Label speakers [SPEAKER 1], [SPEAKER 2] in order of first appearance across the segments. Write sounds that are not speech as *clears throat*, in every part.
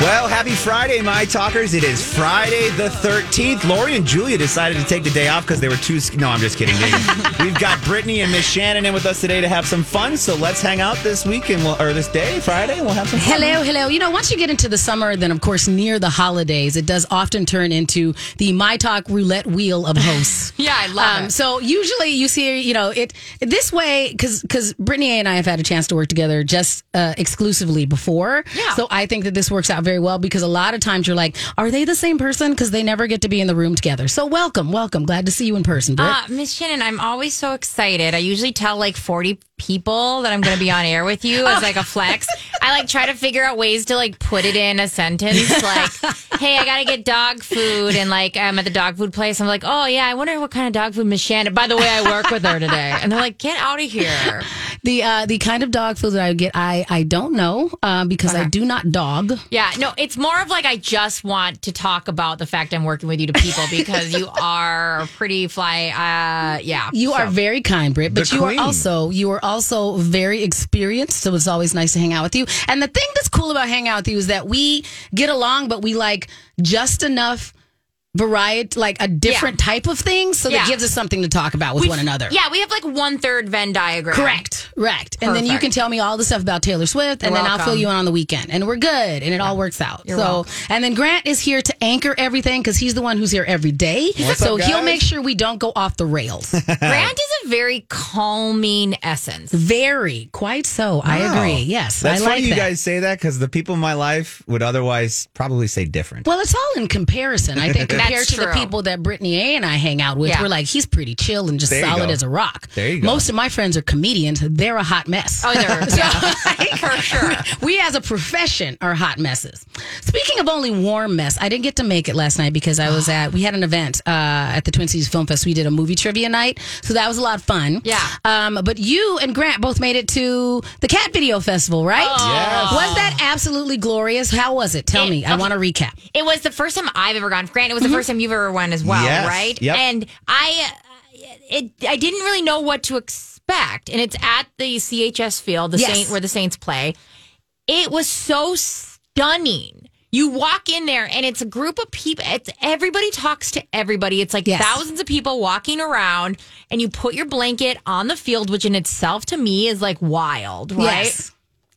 [SPEAKER 1] Well, happy Friday, my talkers. It is Friday the 13th. Lori and Julia decided to take the day off because they were too. sc- No, I'm just kidding.
[SPEAKER 2] *laughs*
[SPEAKER 1] We- We've got Brittany and Miss Shannon in with us today to have some fun. So let's hang out this week and we'll, or this day, Friday, and we'll have some fun.
[SPEAKER 2] Hello, hello. You know, once you get into the summer, then of course near the holidays, it does often turn into the My Talk roulette wheel of hosts.
[SPEAKER 3] *laughs*
[SPEAKER 2] Um,
[SPEAKER 3] Yeah, I love it.
[SPEAKER 2] So usually you see, you know, it this way because because Brittany and I have had a chance to work together just uh, exclusively before.
[SPEAKER 3] Yeah.
[SPEAKER 2] So I think that this works out very well because a lot of times you're like, are they the same person? Because they never get to be in the room together. So welcome, welcome. Glad to see you in person, Britt.
[SPEAKER 3] Uh, Miss Shannon, I'm always so excited. I usually tell like 40 people that I'm going to be on air with you as like a flex. I like try to figure out ways to like put it in a sentence like, hey, I got to get dog food. And like, I'm at the dog food place. I'm like, oh, yeah, I wonder what kind of dog food Miss Shannon. By the way, I work with her today. And they're like, get out of here.
[SPEAKER 2] the uh, the kind of dog food that I get, I I don't know uh, because
[SPEAKER 3] Uh-huh.
[SPEAKER 2] I do not dog.
[SPEAKER 3] Yeah, no, it's more of like I just want to talk about the fact I'm working with you to people because you are a pretty fly. Uh, yeah.
[SPEAKER 2] You are very kind, Britt, but
[SPEAKER 1] The
[SPEAKER 2] you
[SPEAKER 1] queen.
[SPEAKER 2] are also you are also very experienced, so it's always nice to hang out with you. And the thing that's cool about hanging out with you is that we get along, but we like just enough variety, like a different type of thing, so
[SPEAKER 3] Yeah.
[SPEAKER 2] that gives us something to talk about with one another.
[SPEAKER 3] Yeah, we have like one third Venn diagram.
[SPEAKER 2] Correct, correct. And then you
[SPEAKER 3] Perfect.
[SPEAKER 2] can tell me all the stuff about Taylor Swift, and
[SPEAKER 3] You're
[SPEAKER 2] then I'll
[SPEAKER 3] welcome.
[SPEAKER 2] fill you in on the weekend, and we're good, and it all works out. so,
[SPEAKER 3] welcome.
[SPEAKER 2] and then Grant is here to anchor everything because he's the one who's here every day.
[SPEAKER 1] What's
[SPEAKER 2] so
[SPEAKER 1] up,
[SPEAKER 2] he'll
[SPEAKER 1] guys?
[SPEAKER 2] make sure we don't go off the rails. *laughs*
[SPEAKER 3] Grant is a very calming essence.
[SPEAKER 2] Very, quite so. I agree. Yes,
[SPEAKER 1] That's
[SPEAKER 2] I
[SPEAKER 1] funny
[SPEAKER 2] like
[SPEAKER 1] you
[SPEAKER 2] that.
[SPEAKER 1] guys say that because the people in my life would otherwise probably say different.
[SPEAKER 2] well, it's all in comparison. I
[SPEAKER 1] *laughs*
[SPEAKER 2] think
[SPEAKER 3] That's
[SPEAKER 2] compared to the
[SPEAKER 3] true.
[SPEAKER 2] people that Brittany A and I hang out with,
[SPEAKER 3] Yeah.
[SPEAKER 2] we're like he's pretty chill and just
[SPEAKER 1] There you
[SPEAKER 2] solid
[SPEAKER 1] go.
[SPEAKER 2] as a rock.
[SPEAKER 1] There you go.
[SPEAKER 2] Most of my friends are comedians. They're a hot mess.
[SPEAKER 3] Oh, there. Yeah, for sure.
[SPEAKER 2] we as a profession are hot messes. Speaking of only warm mess, I didn't get to make it last night because I
[SPEAKER 3] Ah.
[SPEAKER 2] was at we had an event uh, at the Twin Cities Film Fest. We did a movie trivia night, so that was a lot of fun.
[SPEAKER 3] Yeah.
[SPEAKER 2] Um, but you and Grant both made it to the Cat Video Festival, right?
[SPEAKER 1] Yes.
[SPEAKER 2] Was that absolutely glorious? How was it? Tell
[SPEAKER 3] Oh. It-
[SPEAKER 2] me. I
[SPEAKER 3] okay.
[SPEAKER 2] want to recap.
[SPEAKER 3] It was the first time I've ever gone. Grant,
[SPEAKER 2] Mm-hmm.
[SPEAKER 3] it was the first time you've ever won as well,
[SPEAKER 1] Yes.
[SPEAKER 3] right?
[SPEAKER 1] Yep.
[SPEAKER 3] And I, uh, it, I didn't really know what to expect, and it's at the CHS Field, the
[SPEAKER 2] Yes.
[SPEAKER 3] Saint where the Saints play. It was so stunning. You walk in there, and it's a group of people. It's everybody talks to everybody. It's like
[SPEAKER 2] Yes.
[SPEAKER 3] thousands of people walking around, and you put your blanket on the field, which in itself to me is like wild, right?
[SPEAKER 2] Yes.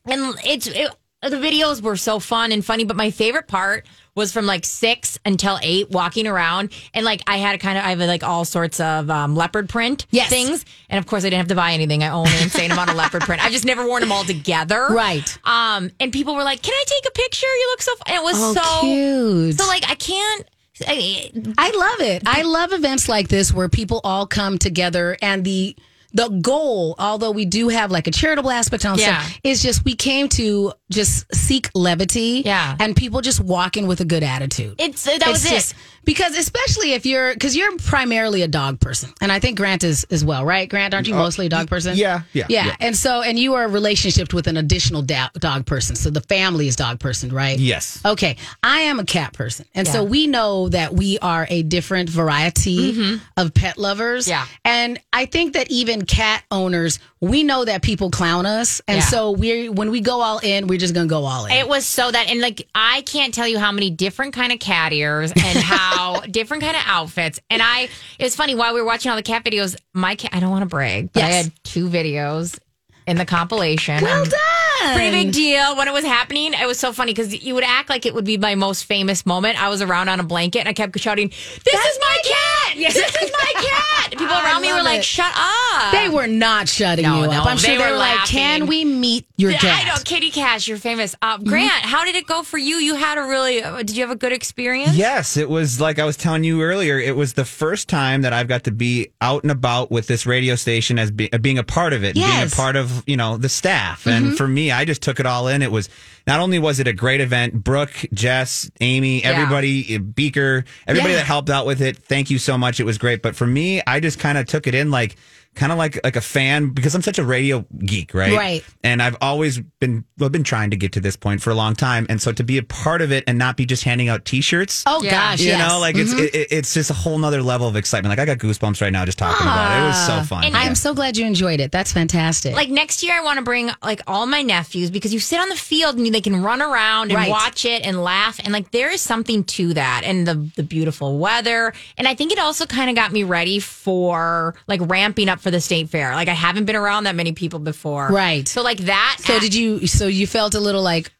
[SPEAKER 3] and it's it, the videos were so fun and funny but my favorite part was from like six until eight walking around and like i had a kind of i have like all sorts of um, leopard print
[SPEAKER 2] Yes.
[SPEAKER 3] things and of course i didn't have to buy anything i own an insane amount of leopard print i've just never worn them all together
[SPEAKER 2] Right.
[SPEAKER 3] um and people were like can i take a picture you look so f-" and it was
[SPEAKER 2] Oh,
[SPEAKER 3] so
[SPEAKER 2] cute.
[SPEAKER 3] so like i can't I,
[SPEAKER 2] I love it. I love events like this where people all come together and the the goal, although we do have like a charitable aspect on
[SPEAKER 3] Yeah.
[SPEAKER 2] stuff, is just we came to just seek levity.
[SPEAKER 3] Yeah.
[SPEAKER 2] And people just walk in with a good attitude.
[SPEAKER 3] it's that was
[SPEAKER 2] It's just-
[SPEAKER 3] it
[SPEAKER 2] Because especially if you're because you're primarily a dog person. And I think Grant is as well, right? Grant, aren't you mostly a dog person?
[SPEAKER 1] Uh, yeah, yeah,
[SPEAKER 2] Yeah.
[SPEAKER 1] yeah.
[SPEAKER 2] And so and you are relationshiped with an additional da- dog person. So the family is dog person, right?
[SPEAKER 1] Yes.
[SPEAKER 2] Okay, I am a cat person. And so we know that we are a different variety of pet lovers.
[SPEAKER 3] Mm-hmm. Yeah.
[SPEAKER 2] And I think that even cat owners, we know that people clown us. And
[SPEAKER 3] Yeah.
[SPEAKER 2] so we are when we go all in, we're just going to go all in.
[SPEAKER 3] It was so that, and like I can't tell you how many different kind of cat ears
[SPEAKER 2] *laughs*
[SPEAKER 3] and how different kind of outfits. And I, it's funny while we were watching all the cat videos. My cat, I don't want to brag, but I
[SPEAKER 2] Yes.
[SPEAKER 3] had two videos in the compilation.
[SPEAKER 2] well
[SPEAKER 3] I'm-
[SPEAKER 2] done. fun.
[SPEAKER 3] Pretty big deal. When it was happening, it was so funny because you would act like it would be my most famous moment. I was around on a blanket and I kept shouting, This is my cat! Yes. This is my cat! People
[SPEAKER 2] *laughs* Oh, I
[SPEAKER 3] around me
[SPEAKER 2] love
[SPEAKER 3] were like,
[SPEAKER 2] it.
[SPEAKER 3] Shut up.
[SPEAKER 2] They were not shutting
[SPEAKER 3] No,
[SPEAKER 2] you
[SPEAKER 3] no,
[SPEAKER 2] up. I'm sure
[SPEAKER 3] they
[SPEAKER 2] they were,
[SPEAKER 3] were
[SPEAKER 2] like,
[SPEAKER 3] laughing.
[SPEAKER 2] "Can we meet your Mm-hmm.
[SPEAKER 3] I
[SPEAKER 2] cat?"
[SPEAKER 3] know, Katie Cash, you're famous. Uh, Grant, how did it go for you? You had a really, uh, did you have a good experience?
[SPEAKER 1] Yes, it was like I was telling you earlier. It was the first time that I've got to be out and about with this radio station as be, uh, being a part of it, and being
[SPEAKER 2] Yes. Mm-hmm.
[SPEAKER 1] a part of you know the staff. And for me, I just took it all in. It was not only was it a great event. Brooke, Jess, Amy, everybody, uh, Beaker, everybody
[SPEAKER 2] Yeah.
[SPEAKER 1] that helped out with it. Thank you so much. It was great. But for me, I just kind of took it in like. Kind of like like a fan because I'm such a radio geek, right?
[SPEAKER 2] Right.
[SPEAKER 1] and I've always been well, been trying to get to this point for a long time, and so to be a part of it and not be just handing out T-shirts,
[SPEAKER 2] oh
[SPEAKER 3] Yeah.
[SPEAKER 2] gosh,
[SPEAKER 1] you
[SPEAKER 2] yes. Mm-hmm.
[SPEAKER 1] know, like it's it- it, it's just a whole nother level of excitement. Like I got goosebumps right now just talking about it. It was so fun.
[SPEAKER 3] And
[SPEAKER 1] Yeah.
[SPEAKER 2] Ah, I'm so glad you enjoyed it. That's fantastic.
[SPEAKER 3] Like next year, I want to bring like all my nephews because you sit on the field and they can run around and
[SPEAKER 2] Right.
[SPEAKER 3] watch it and laugh and like there is something to that and the the beautiful weather and I think it also kind of got me ready for like ramping up for the state fair. Like I haven't been around that many people before,
[SPEAKER 2] Right.
[SPEAKER 3] So like that.
[SPEAKER 2] so did you? So you felt a little like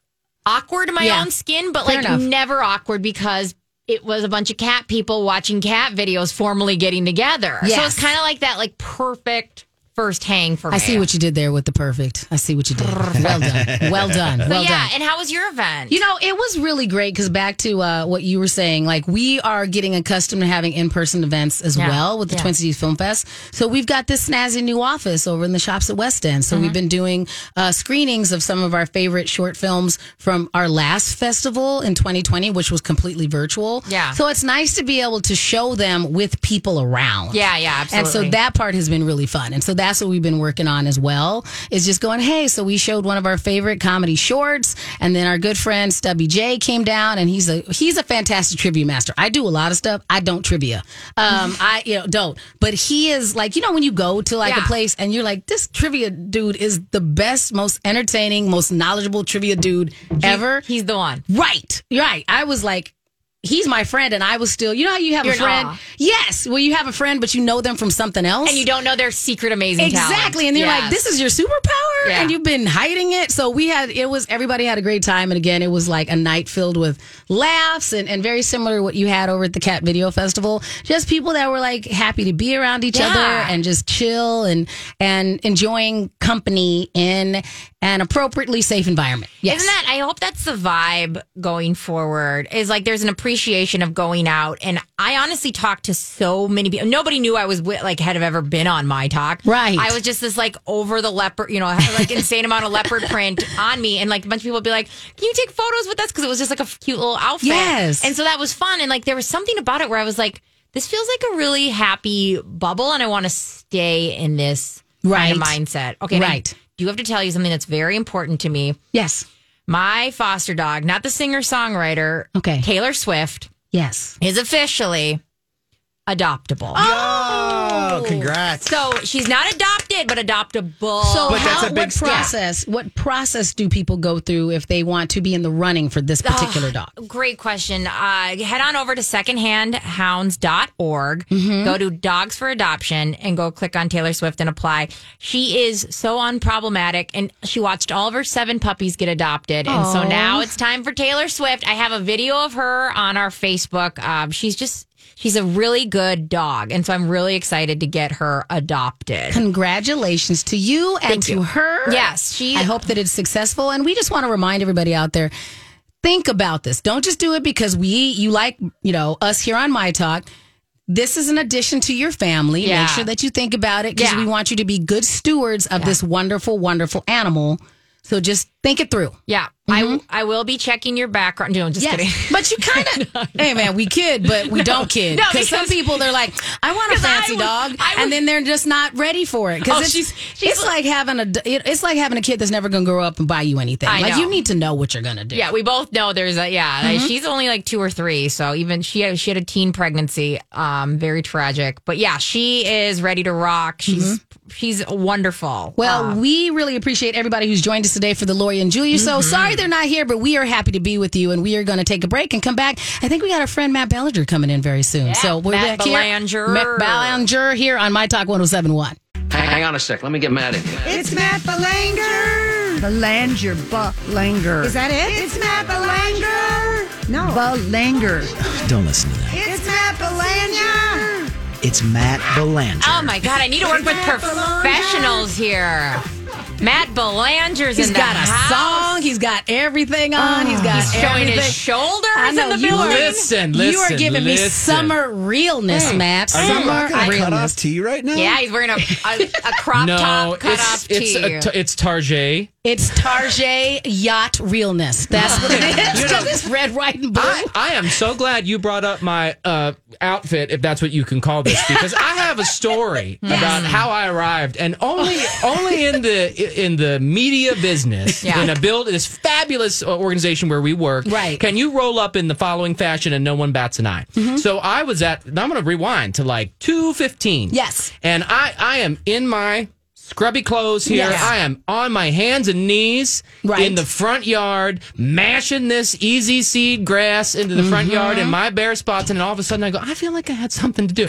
[SPEAKER 3] awkward in my
[SPEAKER 2] Yeah.
[SPEAKER 3] own skin, but
[SPEAKER 2] Fair
[SPEAKER 3] like
[SPEAKER 2] enough.
[SPEAKER 3] never awkward because it was a bunch of cat people watching cat videos formally getting together. So
[SPEAKER 2] Yes.
[SPEAKER 3] it's kind of like that like perfect first hang for me.
[SPEAKER 2] I see what you did there with the perfect. I see what you did. Well done. Well done. Well
[SPEAKER 3] But yeah,
[SPEAKER 2] done.
[SPEAKER 3] and how was your event?
[SPEAKER 2] You know, it was really great because back to uh, what you were saying, like we are getting accustomed to having in person events as
[SPEAKER 3] Yeah.
[SPEAKER 2] well with the
[SPEAKER 3] Yeah.
[SPEAKER 2] Twin Cities Film Fest. So we've got this snazzy new office over in the shops at West End.
[SPEAKER 3] Mm-hmm.
[SPEAKER 2] So we've been doing uh, screenings of some of our favorite short films from our last festival in 2020, which was completely virtual.
[SPEAKER 3] Yeah.
[SPEAKER 2] So it's nice to be able to show them with people around.
[SPEAKER 3] Yeah, yeah,
[SPEAKER 2] And so
[SPEAKER 3] absolutely.
[SPEAKER 2] that part has been really fun. And so that's what we've been working on as well is just going, hey, so we showed one of our favorite comedy shorts. And then our good friend Stubby J came down and he's a he's a fantastic trivia master. I do a lot of stuff. I don't trivia. Um, I you know, don't. But he is like, you know, when you go to like
[SPEAKER 3] Yeah.
[SPEAKER 2] a place and you're like, this trivia dude is the best, most entertaining, most knowledgeable trivia dude ever.
[SPEAKER 3] he's the one.
[SPEAKER 2] Right, right. I was like, he's my friend, and I was still, you know how you have
[SPEAKER 3] You're
[SPEAKER 2] a
[SPEAKER 3] in
[SPEAKER 2] friend?
[SPEAKER 3] awe.
[SPEAKER 2] Yes, well, you have a friend, but you know them from something else.
[SPEAKER 3] And you don't know their secret amazing talent.
[SPEAKER 2] Exactly. And they're like,
[SPEAKER 3] Yes.
[SPEAKER 2] this is your superpower,
[SPEAKER 3] Yeah.
[SPEAKER 2] and you've been hiding it. So we had, it was, everybody had a great time. And again, it was like a night filled with laughs and, and very similar to what you had over at the Cat Video Festival. Just people that were like happy to be around each
[SPEAKER 3] Yeah.
[SPEAKER 2] other and just chill and, and enjoying company in an appropriately safe environment. Yes.
[SPEAKER 3] Isn't that? I hope that's the vibe going forward. Is like there's an appreciation of going out, and I honestly talked to so many people. Nobody knew I was wi- like had ever been on my talk.
[SPEAKER 2] Right.
[SPEAKER 3] I was just this like over the leopard, you know, I had, like insane amount of leopard print on me, and like a bunch of people would be like, "Can you take photos with us?" Because it was just like a f- cute little outfit.
[SPEAKER 2] Yes.
[SPEAKER 3] And so that was fun, and like there was something about it where I was like, "This feels like a really happy bubble, and I want to stay in this kind of
[SPEAKER 2] Right.
[SPEAKER 3] mindset." Okay. and I
[SPEAKER 2] Right.
[SPEAKER 3] do have to tell you something that's very important to me.
[SPEAKER 2] Yes.
[SPEAKER 3] My foster dog, not the singer songwriter,
[SPEAKER 2] Okay.
[SPEAKER 3] Taylor Swift,
[SPEAKER 2] Yes.
[SPEAKER 3] is officially adoptable.
[SPEAKER 1] oh, congrats!
[SPEAKER 3] So she's not adopted, but adoptable.
[SPEAKER 2] So
[SPEAKER 1] But
[SPEAKER 2] how,
[SPEAKER 1] that's a big
[SPEAKER 2] what
[SPEAKER 1] step.
[SPEAKER 2] process? What process do people go through if they want to be in the running for this particular dog?
[SPEAKER 3] Great question. Uh, head on over to secondhandhounds.org,
[SPEAKER 2] Mm-hmm.
[SPEAKER 3] go to Dogs for Adoption, and go click on Taylor Swift and apply. She is so unproblematic, and she watched all of her seven puppies get adopted. And so now it's time for Taylor Swift. I have a video of her on our Facebook. Um, she's just, she's a really good dog. And so I'm really excited to get her adopted.
[SPEAKER 2] Congratulations to you and to
[SPEAKER 3] you.
[SPEAKER 2] her.
[SPEAKER 3] Yes, she-
[SPEAKER 2] I hope that it's successful. And we just want to remind everybody out there. Think about this. Don't just do it because we you like, you know, us here on My Talk. This is an addition to your family.
[SPEAKER 3] Yeah.
[SPEAKER 2] Make sure that you think about it because
[SPEAKER 3] Yeah.
[SPEAKER 2] we want you to be good stewards of this wonderful, wonderful animal. So just think it through.
[SPEAKER 3] Yeah. I I will be checking your background. No, I'm just
[SPEAKER 2] Mm-hmm. Yes.
[SPEAKER 3] kidding. *laughs*
[SPEAKER 2] But you kind of, hey man, we kid, but we don't kid.
[SPEAKER 3] No,
[SPEAKER 2] because some
[SPEAKER 3] because-
[SPEAKER 2] people they're like, I want a
[SPEAKER 3] 'Cause I
[SPEAKER 2] fancy
[SPEAKER 3] would-
[SPEAKER 2] dog,
[SPEAKER 3] I would-
[SPEAKER 2] and then they're just not ready for it. Because
[SPEAKER 3] Oh,
[SPEAKER 2] it's,
[SPEAKER 3] she's- she's
[SPEAKER 2] it's like, having a, it- it's like having a kid that's never going to grow up and buy you anything.
[SPEAKER 3] I
[SPEAKER 2] like
[SPEAKER 3] know.
[SPEAKER 2] you need to know what you're going to do.
[SPEAKER 3] Yeah, we both know there's a yeah. like, she's only like two or three, so even she had, she had a teen pregnancy, um, very tragic. But yeah, she is ready to rock. She's she's wonderful.
[SPEAKER 2] Well, we really appreciate everybody who's joined us today for the Lori and Julia show.
[SPEAKER 3] Mm-hmm.
[SPEAKER 2] Sorry they're not here, but we are happy to be with you, and we are going to take a break and come back. I think we got our friend Matt Bellinger coming in very soon. so we're
[SPEAKER 3] Matt
[SPEAKER 2] back
[SPEAKER 3] Belanger.
[SPEAKER 2] here. Matt Bellinger here on My Talk 1071.
[SPEAKER 4] Hang, hang on a sec. Let me get mad at you.
[SPEAKER 5] It's Matt Belanger.
[SPEAKER 4] Belanger, Belanger.
[SPEAKER 5] Is that it?
[SPEAKER 4] It's Matt Belanger.
[SPEAKER 5] No.
[SPEAKER 4] Belanger.
[SPEAKER 6] Don't listen to that.
[SPEAKER 5] it's Matt Belanger.
[SPEAKER 6] It's Matt Belanger.
[SPEAKER 3] Oh my God, I need to work with professionals here. Matt Belanger's
[SPEAKER 2] He's
[SPEAKER 3] in the
[SPEAKER 2] got a
[SPEAKER 3] house.
[SPEAKER 2] song. He's got everything on. he's got
[SPEAKER 3] He's showing
[SPEAKER 2] everything.
[SPEAKER 3] his shoulders
[SPEAKER 2] I know
[SPEAKER 3] in the
[SPEAKER 2] you
[SPEAKER 3] building.
[SPEAKER 2] are-
[SPEAKER 6] Listen,
[SPEAKER 2] You are
[SPEAKER 6] listen,
[SPEAKER 2] giving me
[SPEAKER 6] listen.
[SPEAKER 2] summer realness, Matt.
[SPEAKER 1] Are you
[SPEAKER 2] Summer
[SPEAKER 1] rocking a
[SPEAKER 2] realness.
[SPEAKER 1] cutoff tee right now?
[SPEAKER 3] Yeah, he's wearing a, a, a crop
[SPEAKER 6] no,
[SPEAKER 3] top cut
[SPEAKER 6] it's
[SPEAKER 3] off
[SPEAKER 6] it's
[SPEAKER 3] tee.
[SPEAKER 6] a t- it's Tarjay.
[SPEAKER 2] It's Tarjay yacht realness. That's what it is.
[SPEAKER 6] You know-
[SPEAKER 2] *laughs* 'Cause it's red, white, and blue.
[SPEAKER 6] I, I am so glad you brought up my uh, outfit, if that's what you can call this, because I have a *laughs* story about how I arrived, and only only in the in the media business
[SPEAKER 3] Yeah.
[SPEAKER 6] in a build this fabulous uh, organization where we work.
[SPEAKER 2] Right.
[SPEAKER 6] Can you roll up in the following fashion, and no one bats an eye? So I was at. Now I'm going to rewind to like two fifteen.
[SPEAKER 2] Yes.
[SPEAKER 6] And I I am in my scrubby clothes here.
[SPEAKER 2] Yes.
[SPEAKER 6] I am on my hands and knees
[SPEAKER 2] Right.
[SPEAKER 6] in the front yard, mashing this easy seed grass into the front yard
[SPEAKER 3] Mm-hmm.
[SPEAKER 6] in my bare spots, and then all of a sudden I go, I feel like I had something to
[SPEAKER 3] *laughs*
[SPEAKER 6] do.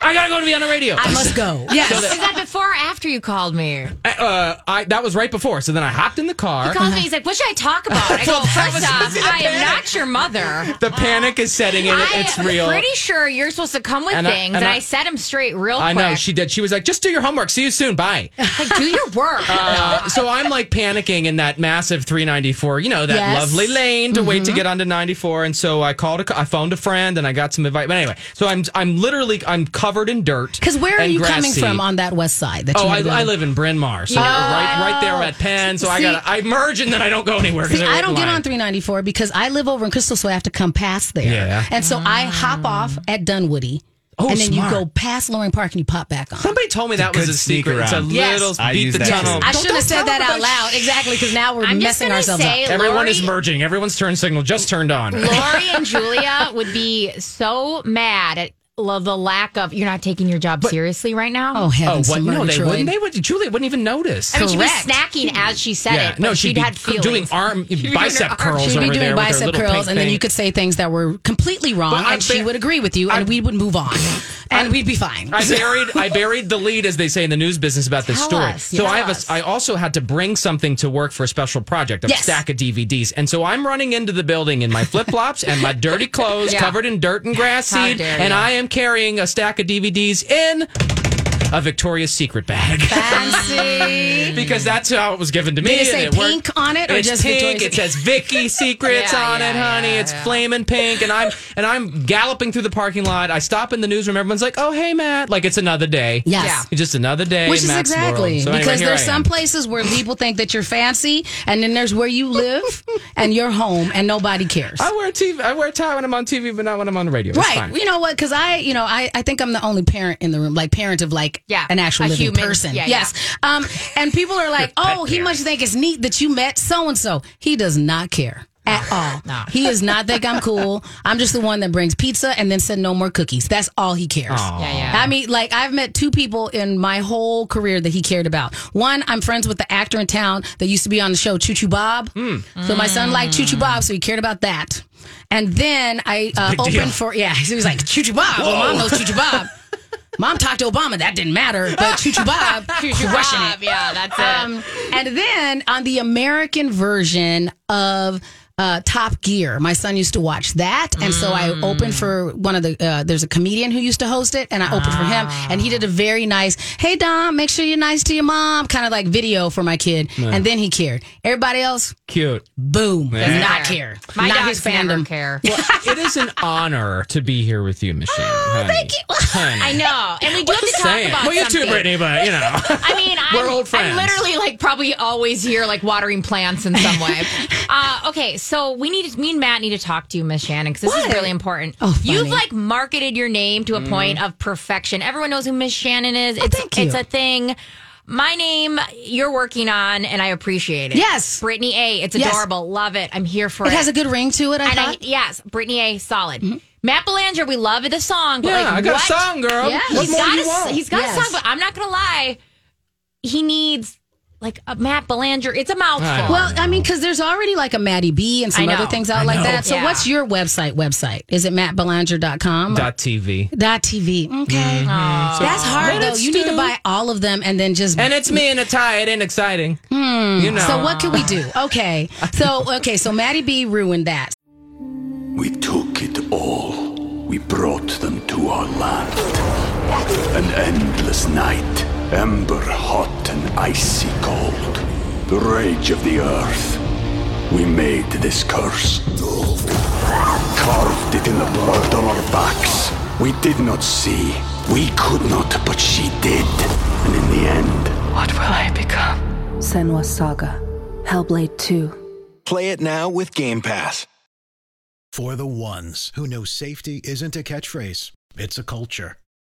[SPEAKER 6] I gotta go to be on the radio.
[SPEAKER 2] I
[SPEAKER 6] *laughs*
[SPEAKER 2] must go. Yes.
[SPEAKER 3] Is that before or after you called me?
[SPEAKER 6] I- uh, I, that was right before. So then I hopped in the car.
[SPEAKER 3] He calls me. He's like, "What should I talk about?"
[SPEAKER 6] *laughs*
[SPEAKER 3] I go,
[SPEAKER 6] Well, that
[SPEAKER 3] "First
[SPEAKER 6] was-
[SPEAKER 3] off,
[SPEAKER 6] it's in a
[SPEAKER 3] I am
[SPEAKER 6] panic.
[SPEAKER 3] not your mother."
[SPEAKER 6] The panic is setting in.
[SPEAKER 3] I
[SPEAKER 6] It's
[SPEAKER 3] am
[SPEAKER 6] real.
[SPEAKER 3] pretty sure you're supposed to come with
[SPEAKER 6] And I-
[SPEAKER 3] things, and,
[SPEAKER 6] and
[SPEAKER 3] I,
[SPEAKER 6] I-
[SPEAKER 3] set him straight real
[SPEAKER 6] I
[SPEAKER 3] quick.
[SPEAKER 6] know she did. She was like, "Just do your homework. See you soon. Bye."
[SPEAKER 3] like, do your
[SPEAKER 2] *laughs*
[SPEAKER 3] work.
[SPEAKER 6] Uh, so I'm like panicking in that massive 394, you know, that
[SPEAKER 2] Yes. Mm-hmm.
[SPEAKER 6] lovely lane to wait to get onto 94. And so I called, a, co- I phoned a friend and I got some advice. But anyway, so I'm, I'm literally, I'm covered in dirt.
[SPEAKER 2] Because where are
[SPEAKER 6] and
[SPEAKER 2] you
[SPEAKER 6] grass
[SPEAKER 2] coming
[SPEAKER 6] seed.
[SPEAKER 2] from on that west side? That you
[SPEAKER 6] Oh, I,
[SPEAKER 2] had to go
[SPEAKER 6] I
[SPEAKER 2] to?
[SPEAKER 6] live in Bryn Mawr, so right, right there at Penn. So I
[SPEAKER 2] Oh. See-
[SPEAKER 6] got, I merge and then I don't go anywhere. 'cause
[SPEAKER 2] See,
[SPEAKER 6] wait
[SPEAKER 2] I
[SPEAKER 6] in
[SPEAKER 2] don't get
[SPEAKER 6] line.
[SPEAKER 2] on 394 because I live over in Crystal, so I have to come past there.
[SPEAKER 6] Yeah.
[SPEAKER 2] And so I hop off at Dunwoody.
[SPEAKER 6] Oh,
[SPEAKER 2] and then
[SPEAKER 6] smart.
[SPEAKER 2] you go past Loring Park and you pop back on.
[SPEAKER 6] Somebody told me that
[SPEAKER 1] It's a
[SPEAKER 6] was
[SPEAKER 1] good
[SPEAKER 6] a secret.
[SPEAKER 1] sneak
[SPEAKER 6] It's a
[SPEAKER 1] around.
[SPEAKER 2] Yes.
[SPEAKER 6] little
[SPEAKER 1] I
[SPEAKER 6] beat
[SPEAKER 1] use
[SPEAKER 6] the
[SPEAKER 1] that
[SPEAKER 6] tunnel.
[SPEAKER 1] too.
[SPEAKER 2] I
[SPEAKER 6] Don't-
[SPEAKER 2] should have
[SPEAKER 6] don't
[SPEAKER 2] said
[SPEAKER 6] tell
[SPEAKER 2] that out
[SPEAKER 6] everybody.
[SPEAKER 2] loud. Exactly, because now we're
[SPEAKER 3] I'm just
[SPEAKER 2] messing
[SPEAKER 3] gonna
[SPEAKER 2] ourselves
[SPEAKER 3] say,
[SPEAKER 2] up.
[SPEAKER 6] Everyone
[SPEAKER 3] Lori,
[SPEAKER 6] is merging. Everyone's turn signal just turned on.
[SPEAKER 3] Lori and Julia would be so mad at lo- the lack of you're not taking your job seriously right now.
[SPEAKER 2] Oh,
[SPEAKER 6] Oh,
[SPEAKER 2] heavens.
[SPEAKER 6] what?
[SPEAKER 2] Lamar
[SPEAKER 6] No, they
[SPEAKER 2] Troy.
[SPEAKER 6] wouldn't. They would. Julia wouldn't even notice.
[SPEAKER 3] I mean, she'd be
[SPEAKER 2] correct.
[SPEAKER 3] snacking as she said it. But
[SPEAKER 6] no, she'd,
[SPEAKER 3] she'd,
[SPEAKER 6] be
[SPEAKER 3] had
[SPEAKER 6] cr-
[SPEAKER 3] feelings.
[SPEAKER 6] doing
[SPEAKER 3] *laughs*
[SPEAKER 6] arm
[SPEAKER 3] doing her
[SPEAKER 6] bicep
[SPEAKER 3] arm-
[SPEAKER 6] curls
[SPEAKER 2] She'd be
[SPEAKER 6] over
[SPEAKER 2] doing
[SPEAKER 6] there with her
[SPEAKER 2] bicep
[SPEAKER 6] little
[SPEAKER 2] curls,
[SPEAKER 6] pink
[SPEAKER 2] and then
[SPEAKER 6] thing.
[SPEAKER 2] you could say things that were completely wrong,
[SPEAKER 6] But I
[SPEAKER 2] and she
[SPEAKER 6] bet-
[SPEAKER 2] would agree with you, and
[SPEAKER 6] I-
[SPEAKER 2] we would move on, and we'd be fine.
[SPEAKER 6] *laughs* I buried I buried the lead as they say in the news business about this
[SPEAKER 3] Tell
[SPEAKER 6] story.
[SPEAKER 3] us,
[SPEAKER 6] so I have
[SPEAKER 3] tell
[SPEAKER 6] a,
[SPEAKER 3] us.
[SPEAKER 6] I also had to bring something to work for a special project, a
[SPEAKER 2] Yes.
[SPEAKER 6] stack of DVDs. And so I'm running into the building in my flip-flops and my dirty
[SPEAKER 2] *laughs*
[SPEAKER 6] clothes
[SPEAKER 3] Yeah.
[SPEAKER 6] covered in dirt and grass
[SPEAKER 3] How
[SPEAKER 6] seed
[SPEAKER 3] dare
[SPEAKER 6] and
[SPEAKER 3] you.
[SPEAKER 6] I am carrying a stack of DVDs in a Victoria's Secret bag. *laughs*
[SPEAKER 2] Fancy.
[SPEAKER 6] Because that's how it was given to me.
[SPEAKER 2] Did it say
[SPEAKER 6] and worked.
[SPEAKER 2] pink on it or
[SPEAKER 6] it's
[SPEAKER 2] just
[SPEAKER 6] pink?
[SPEAKER 2] Victoria's
[SPEAKER 6] It says
[SPEAKER 3] *laughs*
[SPEAKER 6] Vicky Secrets
[SPEAKER 3] Yeah,
[SPEAKER 6] on
[SPEAKER 3] yeah,
[SPEAKER 6] it, honey.
[SPEAKER 3] yeah,
[SPEAKER 6] it's
[SPEAKER 3] yeah.
[SPEAKER 6] flaming pink, and I'm and I'm galloping through the parking lot. I stop in the newsroom. Everyone's like, "Oh, hey, Matt!" Like it's another day.
[SPEAKER 2] Yes.
[SPEAKER 6] It's just another day.
[SPEAKER 2] Which
[SPEAKER 6] in
[SPEAKER 2] is
[SPEAKER 6] Matt's
[SPEAKER 2] exactly
[SPEAKER 6] world. So anyway,
[SPEAKER 2] because
[SPEAKER 6] here
[SPEAKER 2] there's
[SPEAKER 6] I
[SPEAKER 2] some
[SPEAKER 6] am.
[SPEAKER 2] places where people think that you're fancy, and then there's where
[SPEAKER 6] *laughs*
[SPEAKER 2] you live and your home, and nobody cares.
[SPEAKER 6] I wear a TV. I wear a tie when I'm on TV, but not when I'm on the radio. It's
[SPEAKER 2] Right.
[SPEAKER 6] Oh, fine.
[SPEAKER 2] You know what? Because I, you know, I, I think I'm the only parent in the room, like parent of like
[SPEAKER 3] Yeah,
[SPEAKER 2] an actual
[SPEAKER 3] a
[SPEAKER 2] living
[SPEAKER 3] human.
[SPEAKER 2] person.
[SPEAKER 3] Yeah,
[SPEAKER 2] yes. Um, and people are
[SPEAKER 3] *laughs*
[SPEAKER 2] like, oh, he must think it's neat that you met so and so. He does not care at all.
[SPEAKER 3] No.
[SPEAKER 2] He does not think I'm cool. I'm just the one that brings pizza and then said no more cookies. That's all he cares.
[SPEAKER 3] Yeah, yeah.
[SPEAKER 2] I mean, like I've met two people in my whole career that he cared about. One, I'm friends with the actor in town that used to be on the show Choo Choo Bob.
[SPEAKER 3] Hmm.
[SPEAKER 2] So my son liked Choo Choo Bob, so he cared about that. And then I uh,
[SPEAKER 6] big
[SPEAKER 2] opened
[SPEAKER 6] deal.
[SPEAKER 2] for yeah, *laughs* he was like Choo Choo Bob. Well, mom knows Choo Choo Bob.
[SPEAKER 3] *laughs*
[SPEAKER 2] mom talked to Obama. That didn't matter, but Choo Choo Bob crushing
[SPEAKER 3] Bob,
[SPEAKER 2] it.
[SPEAKER 3] Yeah, that's it.
[SPEAKER 2] Um, and then on the American version of uh, Top Gear, my son used to watch that, and so I
[SPEAKER 3] Mm.
[SPEAKER 2] opened for one of the. Uh, there's a comedian who used to host it, and I opened for him,
[SPEAKER 3] Ah.
[SPEAKER 2] and he did a very nice, "Hey Dom, make sure you're nice to your mom," kind of like video for my kid, and then he cared. Everybody else,
[SPEAKER 6] Cute.
[SPEAKER 2] boom, does
[SPEAKER 6] Yeah.
[SPEAKER 2] not
[SPEAKER 3] Care.
[SPEAKER 2] care.
[SPEAKER 3] My
[SPEAKER 2] not
[SPEAKER 3] dogs never care.
[SPEAKER 6] Well, it is an honor to be here with you, Michelle. Oh,
[SPEAKER 2] thank you.
[SPEAKER 3] I know, and we do have to talk about
[SPEAKER 6] Well, you
[SPEAKER 3] something.
[SPEAKER 6] too, Brittany, but you know.
[SPEAKER 3] *laughs* I mean,
[SPEAKER 6] *laughs*
[SPEAKER 3] I'm,
[SPEAKER 6] We're old friends.
[SPEAKER 3] I'm literally like probably always here, like watering plants in some
[SPEAKER 6] *laughs*
[SPEAKER 3] way. uh, okay, so we need me and Matt need to talk to you, Miss Shannon, because this is really important.
[SPEAKER 2] Oh, funny.
[SPEAKER 3] You've like marketed your name to a
[SPEAKER 6] Mm-hmm.
[SPEAKER 3] point of perfection. Everyone knows who Miss Shannon is.
[SPEAKER 6] Oh,
[SPEAKER 3] It's
[SPEAKER 2] thank you.
[SPEAKER 3] it's a thing. My name you're working on, and I appreciate it.
[SPEAKER 2] Yes.
[SPEAKER 3] Brittany A. It's
[SPEAKER 2] Yes.
[SPEAKER 3] adorable. Love it. I'm here for it.
[SPEAKER 2] It has a good ring to it. I
[SPEAKER 3] and I,
[SPEAKER 2] thought.
[SPEAKER 3] yes, Brittany A. Solid. Matt Belanger, we love the song. But
[SPEAKER 6] Mm-hmm. Yeah,
[SPEAKER 3] like,
[SPEAKER 6] I got a
[SPEAKER 3] what?
[SPEAKER 6] song, girl.
[SPEAKER 3] Yeah,
[SPEAKER 6] What
[SPEAKER 3] he's
[SPEAKER 6] more
[SPEAKER 3] got
[SPEAKER 6] do
[SPEAKER 3] a,
[SPEAKER 6] you want?
[SPEAKER 3] he's got
[SPEAKER 2] Yes.
[SPEAKER 3] a song, but I'm not gonna lie. He needs like a Matt Belanger. It's a mouthful.
[SPEAKER 2] Well, I mean, because there's already like a Maddie B and some
[SPEAKER 3] I
[SPEAKER 2] other
[SPEAKER 3] know.
[SPEAKER 2] things out like that. So
[SPEAKER 3] Yeah.
[SPEAKER 2] what's your website? Website is it mattbelanger.com?
[SPEAKER 6] Dot TV.
[SPEAKER 2] Dot TV. Okay.
[SPEAKER 3] Mm-hmm.
[SPEAKER 2] That's hard though.
[SPEAKER 6] it's
[SPEAKER 2] You need to
[SPEAKER 6] two.
[SPEAKER 2] buy all of them and then just Hmm.
[SPEAKER 6] And it's me in a tie. It ain't exciting. You know.
[SPEAKER 2] So what can we do? Okay. So okay. So Maddie B ruined that.
[SPEAKER 7] We took it all. We brought them to our land. An endless night, ember hot and icy cold. The rage of the earth. We made this curse. Carved it in the blood on our backs. We did not see. We could not, but she did. And in the end,
[SPEAKER 8] What will I become? Senwa Saga, Hellblade 2.
[SPEAKER 9] Play it now with Game Pass.
[SPEAKER 10] For the ones who know safety isn't a catchphrase, it's a culture.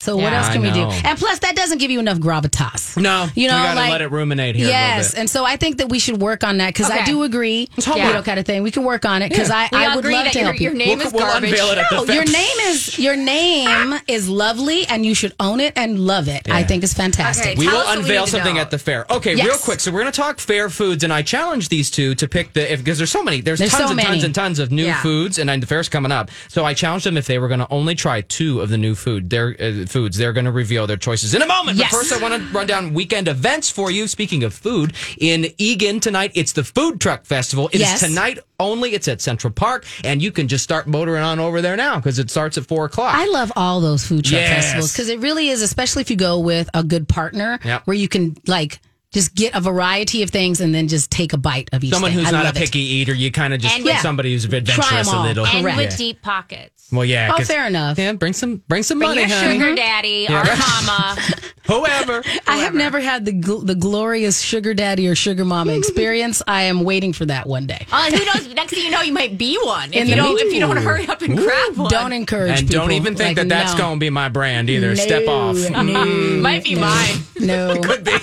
[SPEAKER 2] So what
[SPEAKER 6] Yeah,
[SPEAKER 2] else
[SPEAKER 6] I
[SPEAKER 2] can we do?
[SPEAKER 6] know.
[SPEAKER 2] And plus, that doesn't give you enough gravitas.
[SPEAKER 6] No,
[SPEAKER 2] You
[SPEAKER 6] you
[SPEAKER 2] know,
[SPEAKER 6] gotta
[SPEAKER 2] like-
[SPEAKER 6] let it ruminate here.
[SPEAKER 2] yes,
[SPEAKER 6] a little bit.
[SPEAKER 2] and so I think that we should work on that because I
[SPEAKER 3] Okay.
[SPEAKER 2] do agree.
[SPEAKER 3] homework.
[SPEAKER 2] You know, kind of thing. We can work on it because
[SPEAKER 3] Yeah. We
[SPEAKER 2] I, I
[SPEAKER 3] all
[SPEAKER 2] would
[SPEAKER 3] agree
[SPEAKER 2] love
[SPEAKER 3] that
[SPEAKER 2] to
[SPEAKER 3] your-
[SPEAKER 2] help you.
[SPEAKER 3] your name
[SPEAKER 6] we'll,
[SPEAKER 3] is
[SPEAKER 6] we'll
[SPEAKER 3] garbage.
[SPEAKER 6] unveil it at
[SPEAKER 2] No,
[SPEAKER 6] the
[SPEAKER 2] your
[SPEAKER 6] fest.
[SPEAKER 2] name is your name is lovely, and you should own it and love it. I think it's fantastic.
[SPEAKER 3] Okay.
[SPEAKER 6] We
[SPEAKER 3] Tell
[SPEAKER 6] will
[SPEAKER 3] us what we
[SPEAKER 6] unveil
[SPEAKER 3] need to
[SPEAKER 6] something
[SPEAKER 3] know.
[SPEAKER 6] at the fair. Okay,
[SPEAKER 2] Yes.
[SPEAKER 6] real quick. So we're going to talk fair foods, and I challenge these two to pick the if because there's so many. There's,
[SPEAKER 2] There's
[SPEAKER 6] tons
[SPEAKER 2] so
[SPEAKER 6] and
[SPEAKER 2] many.
[SPEAKER 6] tons and tons of new
[SPEAKER 3] Yeah.
[SPEAKER 6] foods, and, and the fair's coming up. So I challenged them if they were going to only try two of the new food their uh, foods. They're going to reveal their choices in a moment.
[SPEAKER 2] Yes.
[SPEAKER 6] But first, I want to run down weekend events for you. Speaking of food, in Egan tonight, it's the Food Truck Festival. It is
[SPEAKER 2] Yes.
[SPEAKER 6] tonight only. It's at Central Park, and you can just start motoring on over there now because it starts at four o'clock.
[SPEAKER 2] I love all those food truck
[SPEAKER 6] Yes.
[SPEAKER 2] festivals because it really is, especially if you go with a good partner,
[SPEAKER 6] Yep.
[SPEAKER 2] where you can like just get a variety of things and then just take a bite of each.
[SPEAKER 6] Someone
[SPEAKER 2] thing.
[SPEAKER 6] who's
[SPEAKER 2] I
[SPEAKER 6] not a
[SPEAKER 2] love it.
[SPEAKER 6] picky eater, you kind of just
[SPEAKER 3] And
[SPEAKER 6] like
[SPEAKER 2] yeah.
[SPEAKER 6] somebody who's
[SPEAKER 2] Try 'em
[SPEAKER 6] adventurous a
[SPEAKER 2] all.
[SPEAKER 6] little.
[SPEAKER 3] and
[SPEAKER 2] Correct.
[SPEAKER 3] with deep pockets.
[SPEAKER 6] Well, yeah.
[SPEAKER 2] Oh,
[SPEAKER 6] 'cause-
[SPEAKER 2] fair enough.
[SPEAKER 6] Yeah, bring some, bring some
[SPEAKER 3] Bring
[SPEAKER 6] money,
[SPEAKER 3] your
[SPEAKER 6] honey.
[SPEAKER 3] sugar daddy or
[SPEAKER 6] Yeah.
[SPEAKER 3] mama.
[SPEAKER 6] *laughs*
[SPEAKER 2] *laughs*
[SPEAKER 6] Whoever.
[SPEAKER 2] I have never had the gl- the glorious sugar daddy or sugar mama experience. I am waiting for that one day.
[SPEAKER 3] Oh, who knows? Next thing you know, you might be one if
[SPEAKER 2] In
[SPEAKER 3] you
[SPEAKER 2] the
[SPEAKER 3] don't if you don't hurry up and grab one.
[SPEAKER 2] Don't encourage.
[SPEAKER 6] And don't
[SPEAKER 2] people.
[SPEAKER 6] even think that
[SPEAKER 2] Like,
[SPEAKER 6] that's
[SPEAKER 2] no.
[SPEAKER 6] going to be my brand either. Step
[SPEAKER 2] No, *laughs*
[SPEAKER 6] off. Mm.
[SPEAKER 2] no,
[SPEAKER 3] Might be
[SPEAKER 2] no,
[SPEAKER 3] mine.
[SPEAKER 6] *laughs*
[SPEAKER 2] No,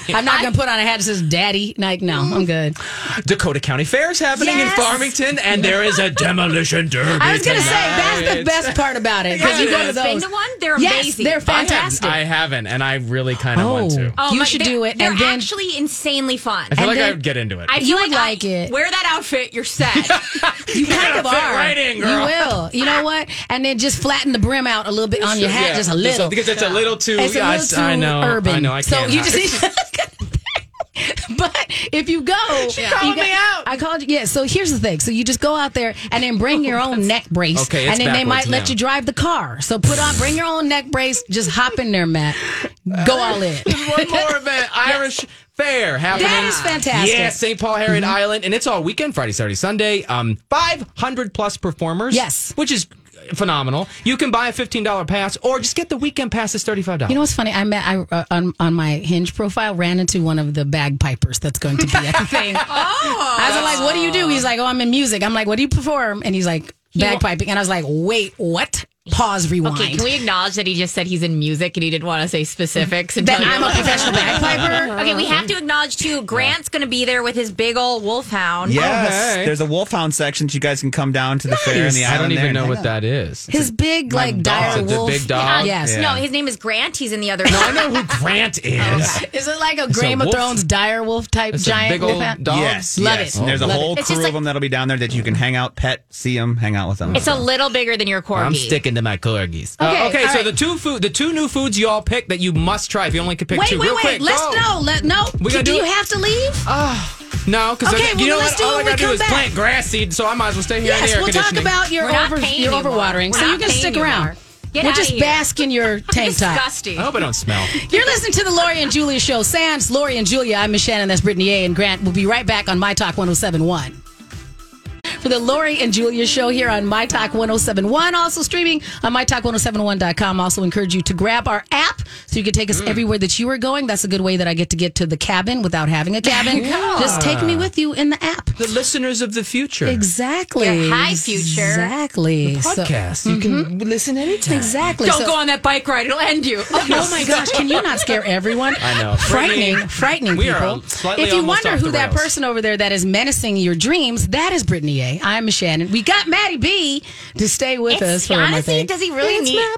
[SPEAKER 2] I'm not going to put on a hat that says "Daddy." Like, no, I'm good.
[SPEAKER 6] Dakota County Fair is happening
[SPEAKER 2] Yes.
[SPEAKER 6] in Farmington, and there is a demolition derby.
[SPEAKER 2] I was going to say
[SPEAKER 6] tonight.
[SPEAKER 2] that's the best part about it because you go to
[SPEAKER 3] Have you guys
[SPEAKER 2] those.
[SPEAKER 3] been to one? They're
[SPEAKER 2] yes,
[SPEAKER 3] amazing.
[SPEAKER 2] They're
[SPEAKER 6] *laughs* I haven't-
[SPEAKER 2] fantastic.
[SPEAKER 6] I haven't, and I really kind of want to.
[SPEAKER 3] Oh
[SPEAKER 2] you
[SPEAKER 3] my-
[SPEAKER 2] should
[SPEAKER 3] they're-
[SPEAKER 2] do it,
[SPEAKER 3] They're
[SPEAKER 2] and then
[SPEAKER 3] actually insanely fun.
[SPEAKER 6] I feel
[SPEAKER 2] and
[SPEAKER 6] like I
[SPEAKER 2] then-
[SPEAKER 6] would get into it.
[SPEAKER 3] I
[SPEAKER 2] You
[SPEAKER 3] feel
[SPEAKER 2] would
[SPEAKER 3] like,
[SPEAKER 2] like
[SPEAKER 3] I,
[SPEAKER 2] it.
[SPEAKER 3] Wear that outfit. You're
[SPEAKER 2] *laughs*
[SPEAKER 3] set.
[SPEAKER 2] you kind of
[SPEAKER 6] gonna fit
[SPEAKER 2] are.
[SPEAKER 6] right in, girl.
[SPEAKER 2] You will. You know what? And then just flatten the brim out a little bit on your hat,
[SPEAKER 6] Yeah,
[SPEAKER 2] just a little.
[SPEAKER 6] because it's a little too.
[SPEAKER 2] it's a
[SPEAKER 6] I,
[SPEAKER 2] little too
[SPEAKER 6] I know.
[SPEAKER 2] urban.
[SPEAKER 6] I know. I
[SPEAKER 2] so
[SPEAKER 6] can't.
[SPEAKER 2] you just need. *laughs* But if you go, she
[SPEAKER 6] called me out.
[SPEAKER 2] I called you. Yeah. So here's the thing. So you just go out there and then bring your own neck brace.
[SPEAKER 6] Okay, it's
[SPEAKER 2] And then they might
[SPEAKER 6] backwards
[SPEAKER 2] let
[SPEAKER 6] now.
[SPEAKER 2] you drive the car. So put on, bring your own neck brace. Just hop in there, Matt. Go all in.
[SPEAKER 6] *laughs* one more
[SPEAKER 2] *laughs*
[SPEAKER 6] event, Irish Fair happening.
[SPEAKER 2] That is fantastic. Mm-hmm.
[SPEAKER 6] Yeah, St. Paul, Harriet Island, and it's all weekend, Friday, Saturday, Sunday. Um, five hundred plus performers.
[SPEAKER 2] Yes.
[SPEAKER 6] which is phenomenal. You can buy a fifteen dollar pass, or just get the weekend pass. It's thirty five dollars.
[SPEAKER 2] You know what's funny? I met I, uh, on on my Hinge profile ran into one of the bagpipers that's going to be at the thing.
[SPEAKER 3] *laughs* oh,
[SPEAKER 2] I was like, "What do you do?" He's like, "Oh, I'm in music." I'm like, "What do you perform?" And he's like, "Bagpiping." And I was like, "Wait, what?" Pause, rewind.
[SPEAKER 3] okay. Can we acknowledge that he just said he's in music and he didn't want to say specifics?
[SPEAKER 2] that I'm a professional bagpiper.
[SPEAKER 3] Okay, we have to acknowledge too. Grant's going to be there with his big old wolfhound.
[SPEAKER 1] Yes,
[SPEAKER 6] Okay.
[SPEAKER 1] there's a wolfhound section that you guys can come down to the fair in the
[SPEAKER 6] I
[SPEAKER 1] island
[SPEAKER 6] don't even
[SPEAKER 1] there.
[SPEAKER 6] know what that is.
[SPEAKER 2] His big like dire
[SPEAKER 6] It's a
[SPEAKER 2] wolf.
[SPEAKER 6] big dog.
[SPEAKER 2] Yes.
[SPEAKER 6] Yeah.
[SPEAKER 3] Uh, No, his name is Grant. He's in the other.
[SPEAKER 6] No, I know who
[SPEAKER 2] *laughs*
[SPEAKER 6] Grant
[SPEAKER 2] Oh,
[SPEAKER 6] is.
[SPEAKER 2] Is it like a Game of
[SPEAKER 6] wolf.
[SPEAKER 2] Thrones dire wolf type
[SPEAKER 6] It's
[SPEAKER 2] giant?
[SPEAKER 6] a big old
[SPEAKER 2] wolf?
[SPEAKER 6] dog.
[SPEAKER 1] Yes,
[SPEAKER 2] Love
[SPEAKER 1] yes.
[SPEAKER 2] it.
[SPEAKER 1] And there's a
[SPEAKER 2] Love
[SPEAKER 1] whole
[SPEAKER 2] it.
[SPEAKER 3] It's
[SPEAKER 1] crew
[SPEAKER 3] just
[SPEAKER 1] of
[SPEAKER 3] like-
[SPEAKER 1] them that'll be down there that you can hang out, pet, see them, hang out with them.
[SPEAKER 3] It's a little bigger than your corgi.
[SPEAKER 6] I'm sticking to my corgis. Uh,
[SPEAKER 2] Okay,
[SPEAKER 6] okay,
[SPEAKER 2] all
[SPEAKER 6] so
[SPEAKER 2] right.
[SPEAKER 6] the two food, the two new foods you all picked that you must try. If you only could pick
[SPEAKER 2] Wait,
[SPEAKER 6] two,
[SPEAKER 2] wait,
[SPEAKER 6] real
[SPEAKER 2] wait.
[SPEAKER 6] quick,
[SPEAKER 2] Let's
[SPEAKER 6] go.
[SPEAKER 2] know. Let no.
[SPEAKER 6] We
[SPEAKER 2] do
[SPEAKER 6] gotta do
[SPEAKER 2] you
[SPEAKER 6] it.
[SPEAKER 2] have to leave?
[SPEAKER 6] Ah, No, because
[SPEAKER 2] Okay,
[SPEAKER 6] you
[SPEAKER 2] well,
[SPEAKER 6] know
[SPEAKER 2] let's
[SPEAKER 6] what?
[SPEAKER 2] do it
[SPEAKER 6] All I
[SPEAKER 2] when we
[SPEAKER 6] gotta do
[SPEAKER 2] come
[SPEAKER 6] is
[SPEAKER 2] back.
[SPEAKER 6] plant grass seed, so I might as well stay here in the
[SPEAKER 2] yes,
[SPEAKER 6] air
[SPEAKER 2] we'll talk
[SPEAKER 6] conditioning.
[SPEAKER 2] about your
[SPEAKER 3] We're not
[SPEAKER 2] over
[SPEAKER 3] paying
[SPEAKER 2] your
[SPEAKER 3] anymore.
[SPEAKER 2] overwatering,
[SPEAKER 3] We're
[SPEAKER 2] so you
[SPEAKER 3] not
[SPEAKER 2] can
[SPEAKER 3] paying
[SPEAKER 2] stick
[SPEAKER 3] anymore.
[SPEAKER 2] around.
[SPEAKER 3] Get
[SPEAKER 2] we'll
[SPEAKER 3] outta
[SPEAKER 2] just
[SPEAKER 3] here.
[SPEAKER 2] bask in your tank top.
[SPEAKER 3] *laughs* Disgusting.
[SPEAKER 6] I hope I don't smell.
[SPEAKER 2] You're listening to the Lori and Julia show. Sans Lori and Julia. I'm Miss Shannon. That's Brittany A. And Grant. We'll be right back on My Talk 1071. for the Lori and Julia show here on My Talk 1071. Also streaming on MyTalk1071.com. Also encourage you to grab our app so you can take us
[SPEAKER 6] Mm.
[SPEAKER 2] everywhere that you are going. That's a good way that I get to get to the cabin without having a cabin.
[SPEAKER 6] *laughs* Yeah.
[SPEAKER 2] Just take me with you in *laughs* the app.
[SPEAKER 6] The listeners of the future.
[SPEAKER 2] Exactly.
[SPEAKER 6] Your high future.
[SPEAKER 2] Exactly.
[SPEAKER 6] The podcast. Mm-hmm. You can listen anytime.
[SPEAKER 2] Exactly.
[SPEAKER 11] Don't
[SPEAKER 2] So-
[SPEAKER 11] go on that bike ride; it'll end you.
[SPEAKER 2] Oh, oh my gosh, can you not scare everyone?
[SPEAKER 6] I know.
[SPEAKER 2] Frightening,
[SPEAKER 6] Brittany,
[SPEAKER 2] frightening
[SPEAKER 6] we are
[SPEAKER 2] people.
[SPEAKER 6] slightly
[SPEAKER 2] if you
[SPEAKER 6] almost
[SPEAKER 2] wonder
[SPEAKER 6] off
[SPEAKER 2] who
[SPEAKER 6] the
[SPEAKER 2] that
[SPEAKER 6] rails.
[SPEAKER 2] person over there that is menacing your dreams, that is Brittany A. I'm Shannon. We got Maddie B to stay with us
[SPEAKER 3] It's,
[SPEAKER 2] for my
[SPEAKER 3] honestly,
[SPEAKER 2] thing.
[SPEAKER 3] does he really
[SPEAKER 2] *laughs*
[SPEAKER 3] need? I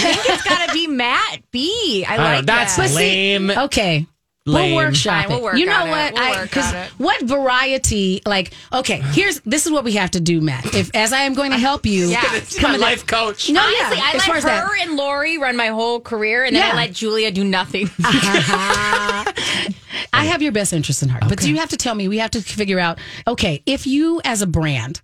[SPEAKER 3] think it's got to be Matt B. I,
[SPEAKER 2] I know,
[SPEAKER 3] like
[SPEAKER 2] that's
[SPEAKER 3] that.
[SPEAKER 2] But see, lame. okay.
[SPEAKER 3] Lame.
[SPEAKER 2] We'll workshop
[SPEAKER 3] Fine, we'll
[SPEAKER 2] it.
[SPEAKER 3] work
[SPEAKER 2] you know
[SPEAKER 3] on it.
[SPEAKER 2] what?
[SPEAKER 3] We'll
[SPEAKER 2] I
[SPEAKER 3] work
[SPEAKER 2] because
[SPEAKER 3] on it.
[SPEAKER 2] what variety? Like, okay, here's this is what we have to do, Matt. If as I am going to help you,
[SPEAKER 3] Yeah.
[SPEAKER 6] It's my
[SPEAKER 2] in-
[SPEAKER 6] life coach.
[SPEAKER 2] No, yeah,
[SPEAKER 3] Honestly, I
[SPEAKER 2] as far
[SPEAKER 3] let
[SPEAKER 2] as that.
[SPEAKER 3] her and Lori run my whole career, and then
[SPEAKER 2] Yeah.
[SPEAKER 3] I let Julia do nothing.
[SPEAKER 2] I have your best interest in heart, but you have to tell me. We have to figure out. Okay, if you as a brand,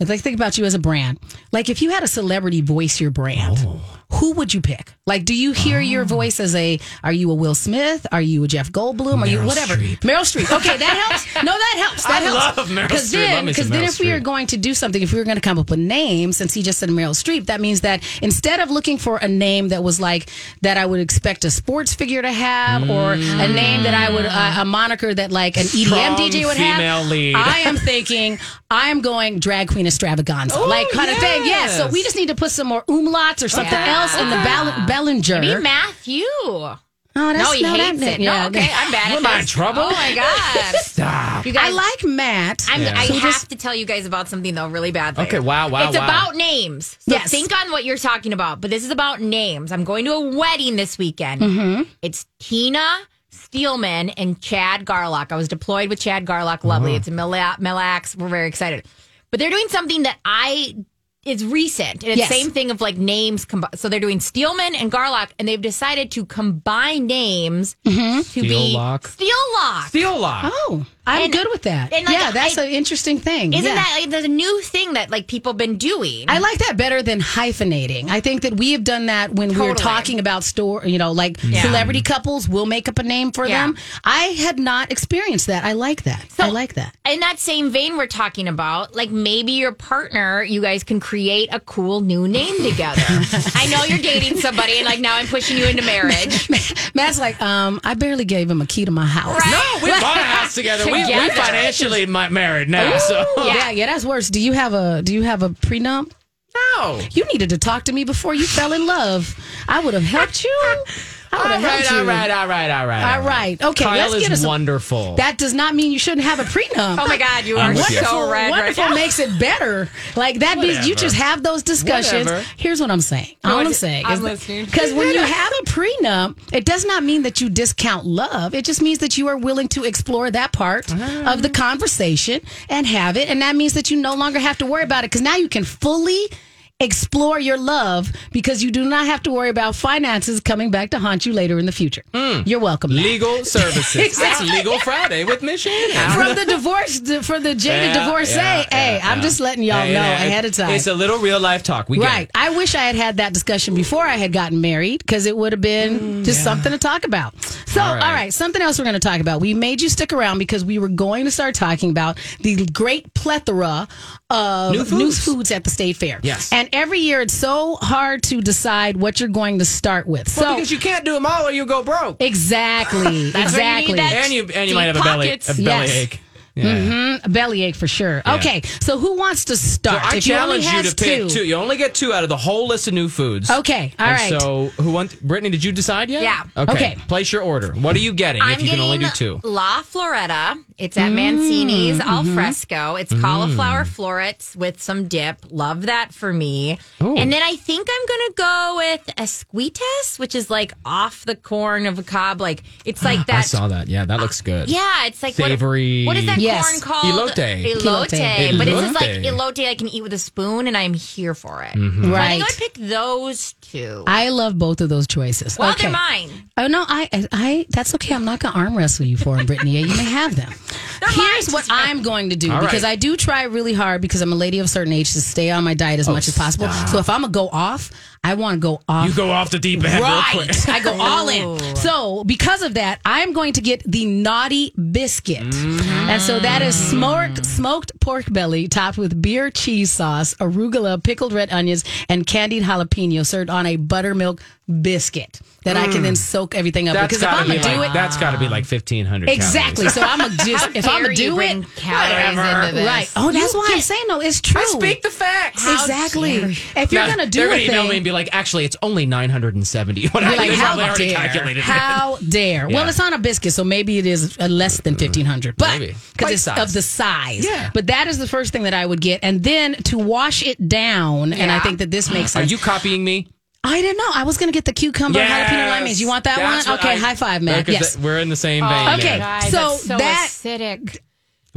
[SPEAKER 2] if I think about you as a brand, like if you had a celebrity voice your brand,
[SPEAKER 6] Oh.
[SPEAKER 2] who would you pick? Like, do you hear your voice as a? Are you a Will Smith? Are you a Jeff Goldblum? are you
[SPEAKER 6] Meryl
[SPEAKER 2] whatever?
[SPEAKER 6] Streep.
[SPEAKER 2] Meryl Streep.
[SPEAKER 6] *laughs*
[SPEAKER 2] Okay, that helps. No, that helps. That
[SPEAKER 6] I
[SPEAKER 2] helps.
[SPEAKER 6] love Meryl Streep. Love
[SPEAKER 2] then,
[SPEAKER 6] me some
[SPEAKER 2] because then,
[SPEAKER 6] Meryl
[SPEAKER 2] if we are
[SPEAKER 6] Streep.
[SPEAKER 2] going to do something, if we were going to come up with names, since he just said Meryl Streep, that means that instead of looking for a name that was like that, I would expect a sports figure to have, or a name that I would uh, a moniker that like an E EDM
[SPEAKER 6] Mm. Strong
[SPEAKER 2] DJ would
[SPEAKER 6] female
[SPEAKER 2] have.
[SPEAKER 6] lead.
[SPEAKER 2] I am thinking I am going drag queen extravaganza,
[SPEAKER 3] Ooh,
[SPEAKER 2] like kind of thing. Yeah. So
[SPEAKER 3] yes.
[SPEAKER 2] we just need to put some more umlauts or something
[SPEAKER 3] Okay.
[SPEAKER 2] else in the ball- Bellinger.
[SPEAKER 3] *laughs* Maybe Matthew. Oh,
[SPEAKER 2] that's-
[SPEAKER 3] no, he
[SPEAKER 2] no, that-
[SPEAKER 3] hates it.
[SPEAKER 2] yeah,
[SPEAKER 3] no, okay, I'm bad at
[SPEAKER 6] Am I in
[SPEAKER 3] this.
[SPEAKER 6] trouble?
[SPEAKER 3] Oh my god.
[SPEAKER 6] Stop.
[SPEAKER 3] You guys,
[SPEAKER 2] I like Matt.
[SPEAKER 3] I'm,
[SPEAKER 6] Yeah.
[SPEAKER 3] I
[SPEAKER 6] So
[SPEAKER 3] have
[SPEAKER 2] just-
[SPEAKER 3] to tell you guys about something though, really badly.
[SPEAKER 6] Okay, wow, wow,
[SPEAKER 3] It's
[SPEAKER 6] wow.
[SPEAKER 3] about names. So
[SPEAKER 2] Yes.
[SPEAKER 3] think on what you're talking about. But this is about names. I'm going to a wedding this weekend.
[SPEAKER 6] Mm-hmm.
[SPEAKER 3] It's Tina Steelman and Chad Garlock. I was deployed with Chad Garlock. Lovely.
[SPEAKER 6] Oh.
[SPEAKER 3] It's in Mille, Mille Lacs. We're very excited. But they're doing something that I is recent. And it's
[SPEAKER 2] Yes.
[SPEAKER 3] same thing of like names. Combi- so they're doing Steelman and Garlock, and they've decided to combine names to be
[SPEAKER 6] Mm-hmm. Steellock.
[SPEAKER 3] Steellock.
[SPEAKER 6] Steel lock.
[SPEAKER 2] Oh, I'm
[SPEAKER 3] And-
[SPEAKER 2] good with that.
[SPEAKER 3] and, like,
[SPEAKER 2] yeah, that's
[SPEAKER 3] I-
[SPEAKER 2] an interesting thing.
[SPEAKER 3] Isn't
[SPEAKER 2] Yeah.
[SPEAKER 3] that like, the new thing that like people been doing?
[SPEAKER 2] I like that better than hyphenating. I think that we have done that when we were
[SPEAKER 3] Totally.
[SPEAKER 2] talking about store, you know, like celebrity couples. We'll make up a name for
[SPEAKER 3] Yeah.
[SPEAKER 2] them. I had not experienced that. I like that. I like that. *laughs*
[SPEAKER 3] in that same vein we're talking about, like maybe your partner, you guys can create a cool new name
[SPEAKER 6] *laughs*
[SPEAKER 3] together. I know you're dating somebody and like now I'm pushing you into marriage.
[SPEAKER 2] Matt's like, um, I barely gave him a key to my house.
[SPEAKER 3] Right?
[SPEAKER 6] *laughs* No, we bought a house together. We, we
[SPEAKER 3] Together.
[SPEAKER 6] financially mi- married now. So
[SPEAKER 2] *laughs* Yeah. yeah, that's worse. Do you have a do you have a prenup?
[SPEAKER 6] no.
[SPEAKER 2] You needed to talk to me before you fell in love. I would have helped you. I
[SPEAKER 6] All
[SPEAKER 2] would have
[SPEAKER 6] right,
[SPEAKER 2] helped you.
[SPEAKER 6] all right, all right, all right,
[SPEAKER 2] All right. Okay,
[SPEAKER 6] Kyle
[SPEAKER 2] let's
[SPEAKER 6] is
[SPEAKER 2] get us a-
[SPEAKER 6] wonderful.
[SPEAKER 2] That does not mean you shouldn't have a prenup.
[SPEAKER 3] Oh my God, you
[SPEAKER 6] I'm
[SPEAKER 3] are
[SPEAKER 6] with you.
[SPEAKER 3] so red.
[SPEAKER 2] wonderful
[SPEAKER 3] right now.
[SPEAKER 2] makes it better. Like that means you
[SPEAKER 6] Whatever.
[SPEAKER 2] just have those discussions.
[SPEAKER 6] Whatever.
[SPEAKER 2] Here's what I'm saying. All I'm saying
[SPEAKER 11] I'm
[SPEAKER 2] is
[SPEAKER 11] listening.
[SPEAKER 2] because when you have a prenup, it does not mean that you discount love. It just means that you are willing to explore that part of the conversation and have it, and that means that you no longer have to worry about it because now you can fully. Explore your love because you do not have to worry about finances coming back to haunt you later in the future.
[SPEAKER 6] Mm.
[SPEAKER 2] You're welcome. Matt.
[SPEAKER 6] Legal
[SPEAKER 2] *laughs*
[SPEAKER 6] services.
[SPEAKER 2] Exactly.
[SPEAKER 6] It's Legal Friday with Miss Shannon.
[SPEAKER 2] from the divorce, from the jaded
[SPEAKER 6] Yeah,
[SPEAKER 2] divorcee.
[SPEAKER 6] yeah,
[SPEAKER 2] hey,
[SPEAKER 6] yeah,
[SPEAKER 2] I'm
[SPEAKER 6] yeah.
[SPEAKER 2] just letting y'all
[SPEAKER 6] Hey,
[SPEAKER 2] know
[SPEAKER 6] yeah,
[SPEAKER 2] ahead of time.
[SPEAKER 6] It's a little real life talk. We get
[SPEAKER 2] Right.
[SPEAKER 6] it.
[SPEAKER 2] I wish I had had that discussion before I had gotten married because it would have been just something to talk about. So, all
[SPEAKER 6] Mm, All
[SPEAKER 2] right.
[SPEAKER 6] right.
[SPEAKER 2] something else we're going to talk about. We made you stick around because we were going to start talking about the great plethora of
[SPEAKER 6] New
[SPEAKER 2] new
[SPEAKER 6] foods.
[SPEAKER 2] foods, at the state fair.
[SPEAKER 6] Yes.
[SPEAKER 2] And every year it's so hard to decide what you're going to start with.
[SPEAKER 6] Well,
[SPEAKER 2] So,
[SPEAKER 6] because you can't do them all or you go broke. *laughs*
[SPEAKER 2] exactly.
[SPEAKER 3] That's where you
[SPEAKER 2] exactly.
[SPEAKER 3] need that
[SPEAKER 6] And you and you
[SPEAKER 3] Deep
[SPEAKER 6] might have a belly a
[SPEAKER 3] pockets.
[SPEAKER 6] belly
[SPEAKER 2] Yes.
[SPEAKER 6] ache. Yeah.
[SPEAKER 2] Mm-hmm. Bellyache for sure. Okay. So, who wants to
[SPEAKER 6] So
[SPEAKER 2] start?
[SPEAKER 6] I
[SPEAKER 2] If you only
[SPEAKER 6] challenge you
[SPEAKER 2] has
[SPEAKER 6] to pick two. You only get two out of the whole list of new foods.
[SPEAKER 2] Okay. All
[SPEAKER 6] and
[SPEAKER 2] right.
[SPEAKER 6] So who wants? Brittany, did you decide yet?
[SPEAKER 3] Yeah.
[SPEAKER 6] Okay.
[SPEAKER 2] Okay.
[SPEAKER 6] Place your order. What are you getting
[SPEAKER 3] I'm
[SPEAKER 6] if you can only do
[SPEAKER 3] getting
[SPEAKER 6] two? Mm-hmm.
[SPEAKER 3] La Floretta. It's at Mancini's al fresco. It's cauliflower florets with some dip. Love that for me.
[SPEAKER 6] Oh.
[SPEAKER 3] And then I think I'm gonna go with esquites, which is like off the corn of a cob. Like it's like that.
[SPEAKER 6] Ah, I saw that. Yeah, that
[SPEAKER 2] uh,
[SPEAKER 6] looks good.
[SPEAKER 3] Yeah, it's like what-
[SPEAKER 6] Savory-
[SPEAKER 3] What, is that
[SPEAKER 2] Yes.
[SPEAKER 3] corn called?
[SPEAKER 6] Elote.
[SPEAKER 3] Elote.
[SPEAKER 2] Elote.
[SPEAKER 3] But this is like
[SPEAKER 6] Elote. Mm-hmm.
[SPEAKER 3] elote I can eat with a spoon, and I'm here for it.
[SPEAKER 6] hmm.
[SPEAKER 3] I
[SPEAKER 2] Right.
[SPEAKER 3] think I would pick those two.
[SPEAKER 2] I love both of those choices.
[SPEAKER 3] well,
[SPEAKER 2] okay.
[SPEAKER 3] they're mine.
[SPEAKER 6] *laughs*
[SPEAKER 2] Oh no, I, I, that's okay. I'm not gonna arm wrestle you for them, Brittany. You may have them. Here's what I'm going to do
[SPEAKER 11] All right.
[SPEAKER 2] because I do try really hard because I'm a lady of certain age to stay on my diet as
[SPEAKER 6] Oh,
[SPEAKER 2] much as possible.
[SPEAKER 6] stop.
[SPEAKER 2] So if I'm gonna go off, I want to go off.
[SPEAKER 6] You go off the deep end
[SPEAKER 2] right? *laughs*
[SPEAKER 6] real quick.
[SPEAKER 2] I go all in. So because of that, I'm going to get the naughty biscuit, and so that is smoked smoked pork belly topped with beer cheese sauce, arugula, pickled red onions, and candied jalapeno, served on a buttermilk biscuit that I can
[SPEAKER 6] Mm.
[SPEAKER 2] then soak everything up.
[SPEAKER 6] That's
[SPEAKER 2] because if
[SPEAKER 6] gotta
[SPEAKER 2] I'm
[SPEAKER 6] be
[SPEAKER 2] gonna do
[SPEAKER 6] like-
[SPEAKER 2] it,
[SPEAKER 6] That's got to be like fifteen hundred.
[SPEAKER 2] Exactly. So I'm gonna just if I'm
[SPEAKER 3] dare
[SPEAKER 2] gonna
[SPEAKER 3] you
[SPEAKER 2] do
[SPEAKER 3] bring
[SPEAKER 2] it,
[SPEAKER 3] calories into this?
[SPEAKER 2] right? Oh, that's why I'm saying no. It's true. I speak
[SPEAKER 6] the facts.
[SPEAKER 2] Exactly. If you're gonna do
[SPEAKER 6] they're
[SPEAKER 2] a
[SPEAKER 6] gonna email
[SPEAKER 2] thing-
[SPEAKER 6] me and be like, actually, it's only nine hundred and seventy. What I
[SPEAKER 2] You're like,
[SPEAKER 6] they
[SPEAKER 2] how
[SPEAKER 6] probably already
[SPEAKER 2] dare.
[SPEAKER 6] calculated. it.
[SPEAKER 2] How dare?
[SPEAKER 6] *laughs*
[SPEAKER 2] Well,
[SPEAKER 6] Yeah. Mm-hmm.
[SPEAKER 2] it's on a biscuit, so maybe it is uh, less than fifteen hundred, but
[SPEAKER 6] Maybe.
[SPEAKER 2] because
[SPEAKER 6] Bite
[SPEAKER 2] it's
[SPEAKER 6] size.
[SPEAKER 2] of the size.
[SPEAKER 6] Yeah.
[SPEAKER 2] But that is the first thing that I would get, and then to wash it down, and I
[SPEAKER 6] Yeah.
[SPEAKER 2] think that this makes
[SPEAKER 6] Are
[SPEAKER 2] sense.
[SPEAKER 6] you copying me?
[SPEAKER 2] I didn't know. I was gonna get the cucumber
[SPEAKER 6] Yes.
[SPEAKER 2] jalapeno limeades. You want that
[SPEAKER 6] That's
[SPEAKER 2] one?
[SPEAKER 6] what
[SPEAKER 2] Okay,
[SPEAKER 6] I-
[SPEAKER 2] high five, Matt.
[SPEAKER 6] Because
[SPEAKER 2] Yes.
[SPEAKER 6] that- we're in the same vein.
[SPEAKER 2] okay,
[SPEAKER 6] there.
[SPEAKER 2] so,
[SPEAKER 3] that's so
[SPEAKER 2] that
[SPEAKER 3] acidic.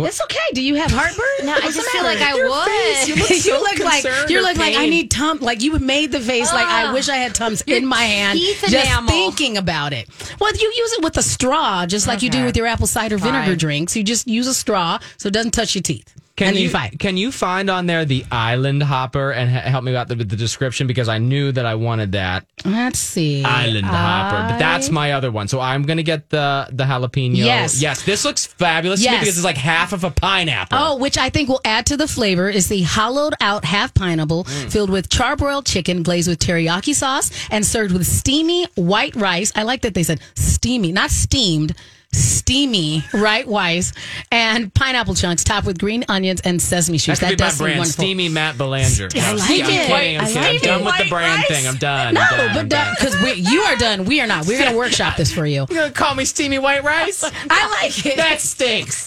[SPEAKER 2] It's okay. Do you have heartburn?
[SPEAKER 3] No, I
[SPEAKER 2] What's the
[SPEAKER 3] just feel
[SPEAKER 2] matter?
[SPEAKER 3] like I
[SPEAKER 2] Your
[SPEAKER 3] would.
[SPEAKER 2] face, *laughs* you look,
[SPEAKER 3] You
[SPEAKER 2] so
[SPEAKER 3] look like-
[SPEAKER 2] concerned
[SPEAKER 3] you
[SPEAKER 2] or
[SPEAKER 3] look like, I
[SPEAKER 2] pain.
[SPEAKER 3] need
[SPEAKER 2] Tums. Like you made the face like I wish I had Tums in my hand.
[SPEAKER 3] teeth
[SPEAKER 2] Just
[SPEAKER 3] enamel.
[SPEAKER 2] thinking about it. Well, you use it with a straw, just like you do
[SPEAKER 6] Okay.
[SPEAKER 2] with your apple cider vinegar
[SPEAKER 6] Fine.
[SPEAKER 2] drinks. You just use a straw so it doesn't touch your teeth.
[SPEAKER 6] Can
[SPEAKER 2] and then
[SPEAKER 6] you,
[SPEAKER 2] you fight.
[SPEAKER 6] can you find on there the island hopper and h- help me out the, with the description because I knew that I wanted that
[SPEAKER 2] Let's see.
[SPEAKER 6] island hopper, but that's
[SPEAKER 2] Mm. I-
[SPEAKER 6] my other one. So I'm gonna get the the jalapeno.
[SPEAKER 2] Yes.
[SPEAKER 6] yes, this looks fabulous to me
[SPEAKER 2] Yes.
[SPEAKER 6] because it's like half of a pineapple.
[SPEAKER 2] Oh, which I think will add to the flavor is the hollowed out half pineapple
[SPEAKER 6] Mm.
[SPEAKER 2] filled with charbroiled chicken glazed with teriyaki sauce and served with steamy white rice. I like that they said steamy, not steamed, steamy right rice and pineapple chunks topped with green onions and sesame
[SPEAKER 6] That
[SPEAKER 2] seeds.
[SPEAKER 6] could
[SPEAKER 2] That,
[SPEAKER 6] be my
[SPEAKER 2] does
[SPEAKER 6] brand,
[SPEAKER 2] seem wonderful.
[SPEAKER 6] Steamy Matt Belanger.
[SPEAKER 2] I
[SPEAKER 6] No,
[SPEAKER 2] like
[SPEAKER 6] see, I'm
[SPEAKER 2] it.
[SPEAKER 6] kidding, I'm,
[SPEAKER 2] I
[SPEAKER 6] kidding. I'm
[SPEAKER 2] like
[SPEAKER 6] done
[SPEAKER 2] it.
[SPEAKER 6] with the
[SPEAKER 2] White
[SPEAKER 6] brand
[SPEAKER 2] rice?
[SPEAKER 6] thing. I'm done.
[SPEAKER 2] No,
[SPEAKER 6] I'm done.
[SPEAKER 2] but
[SPEAKER 6] I'm done.
[SPEAKER 2] because you are done, we are not. We're going to workshop this
[SPEAKER 6] *laughs*
[SPEAKER 2] for you.
[SPEAKER 6] You're gonna call me steamy white
[SPEAKER 2] *laughs*
[SPEAKER 6] rice?
[SPEAKER 2] I like it. *laughs*
[SPEAKER 6] That stinks.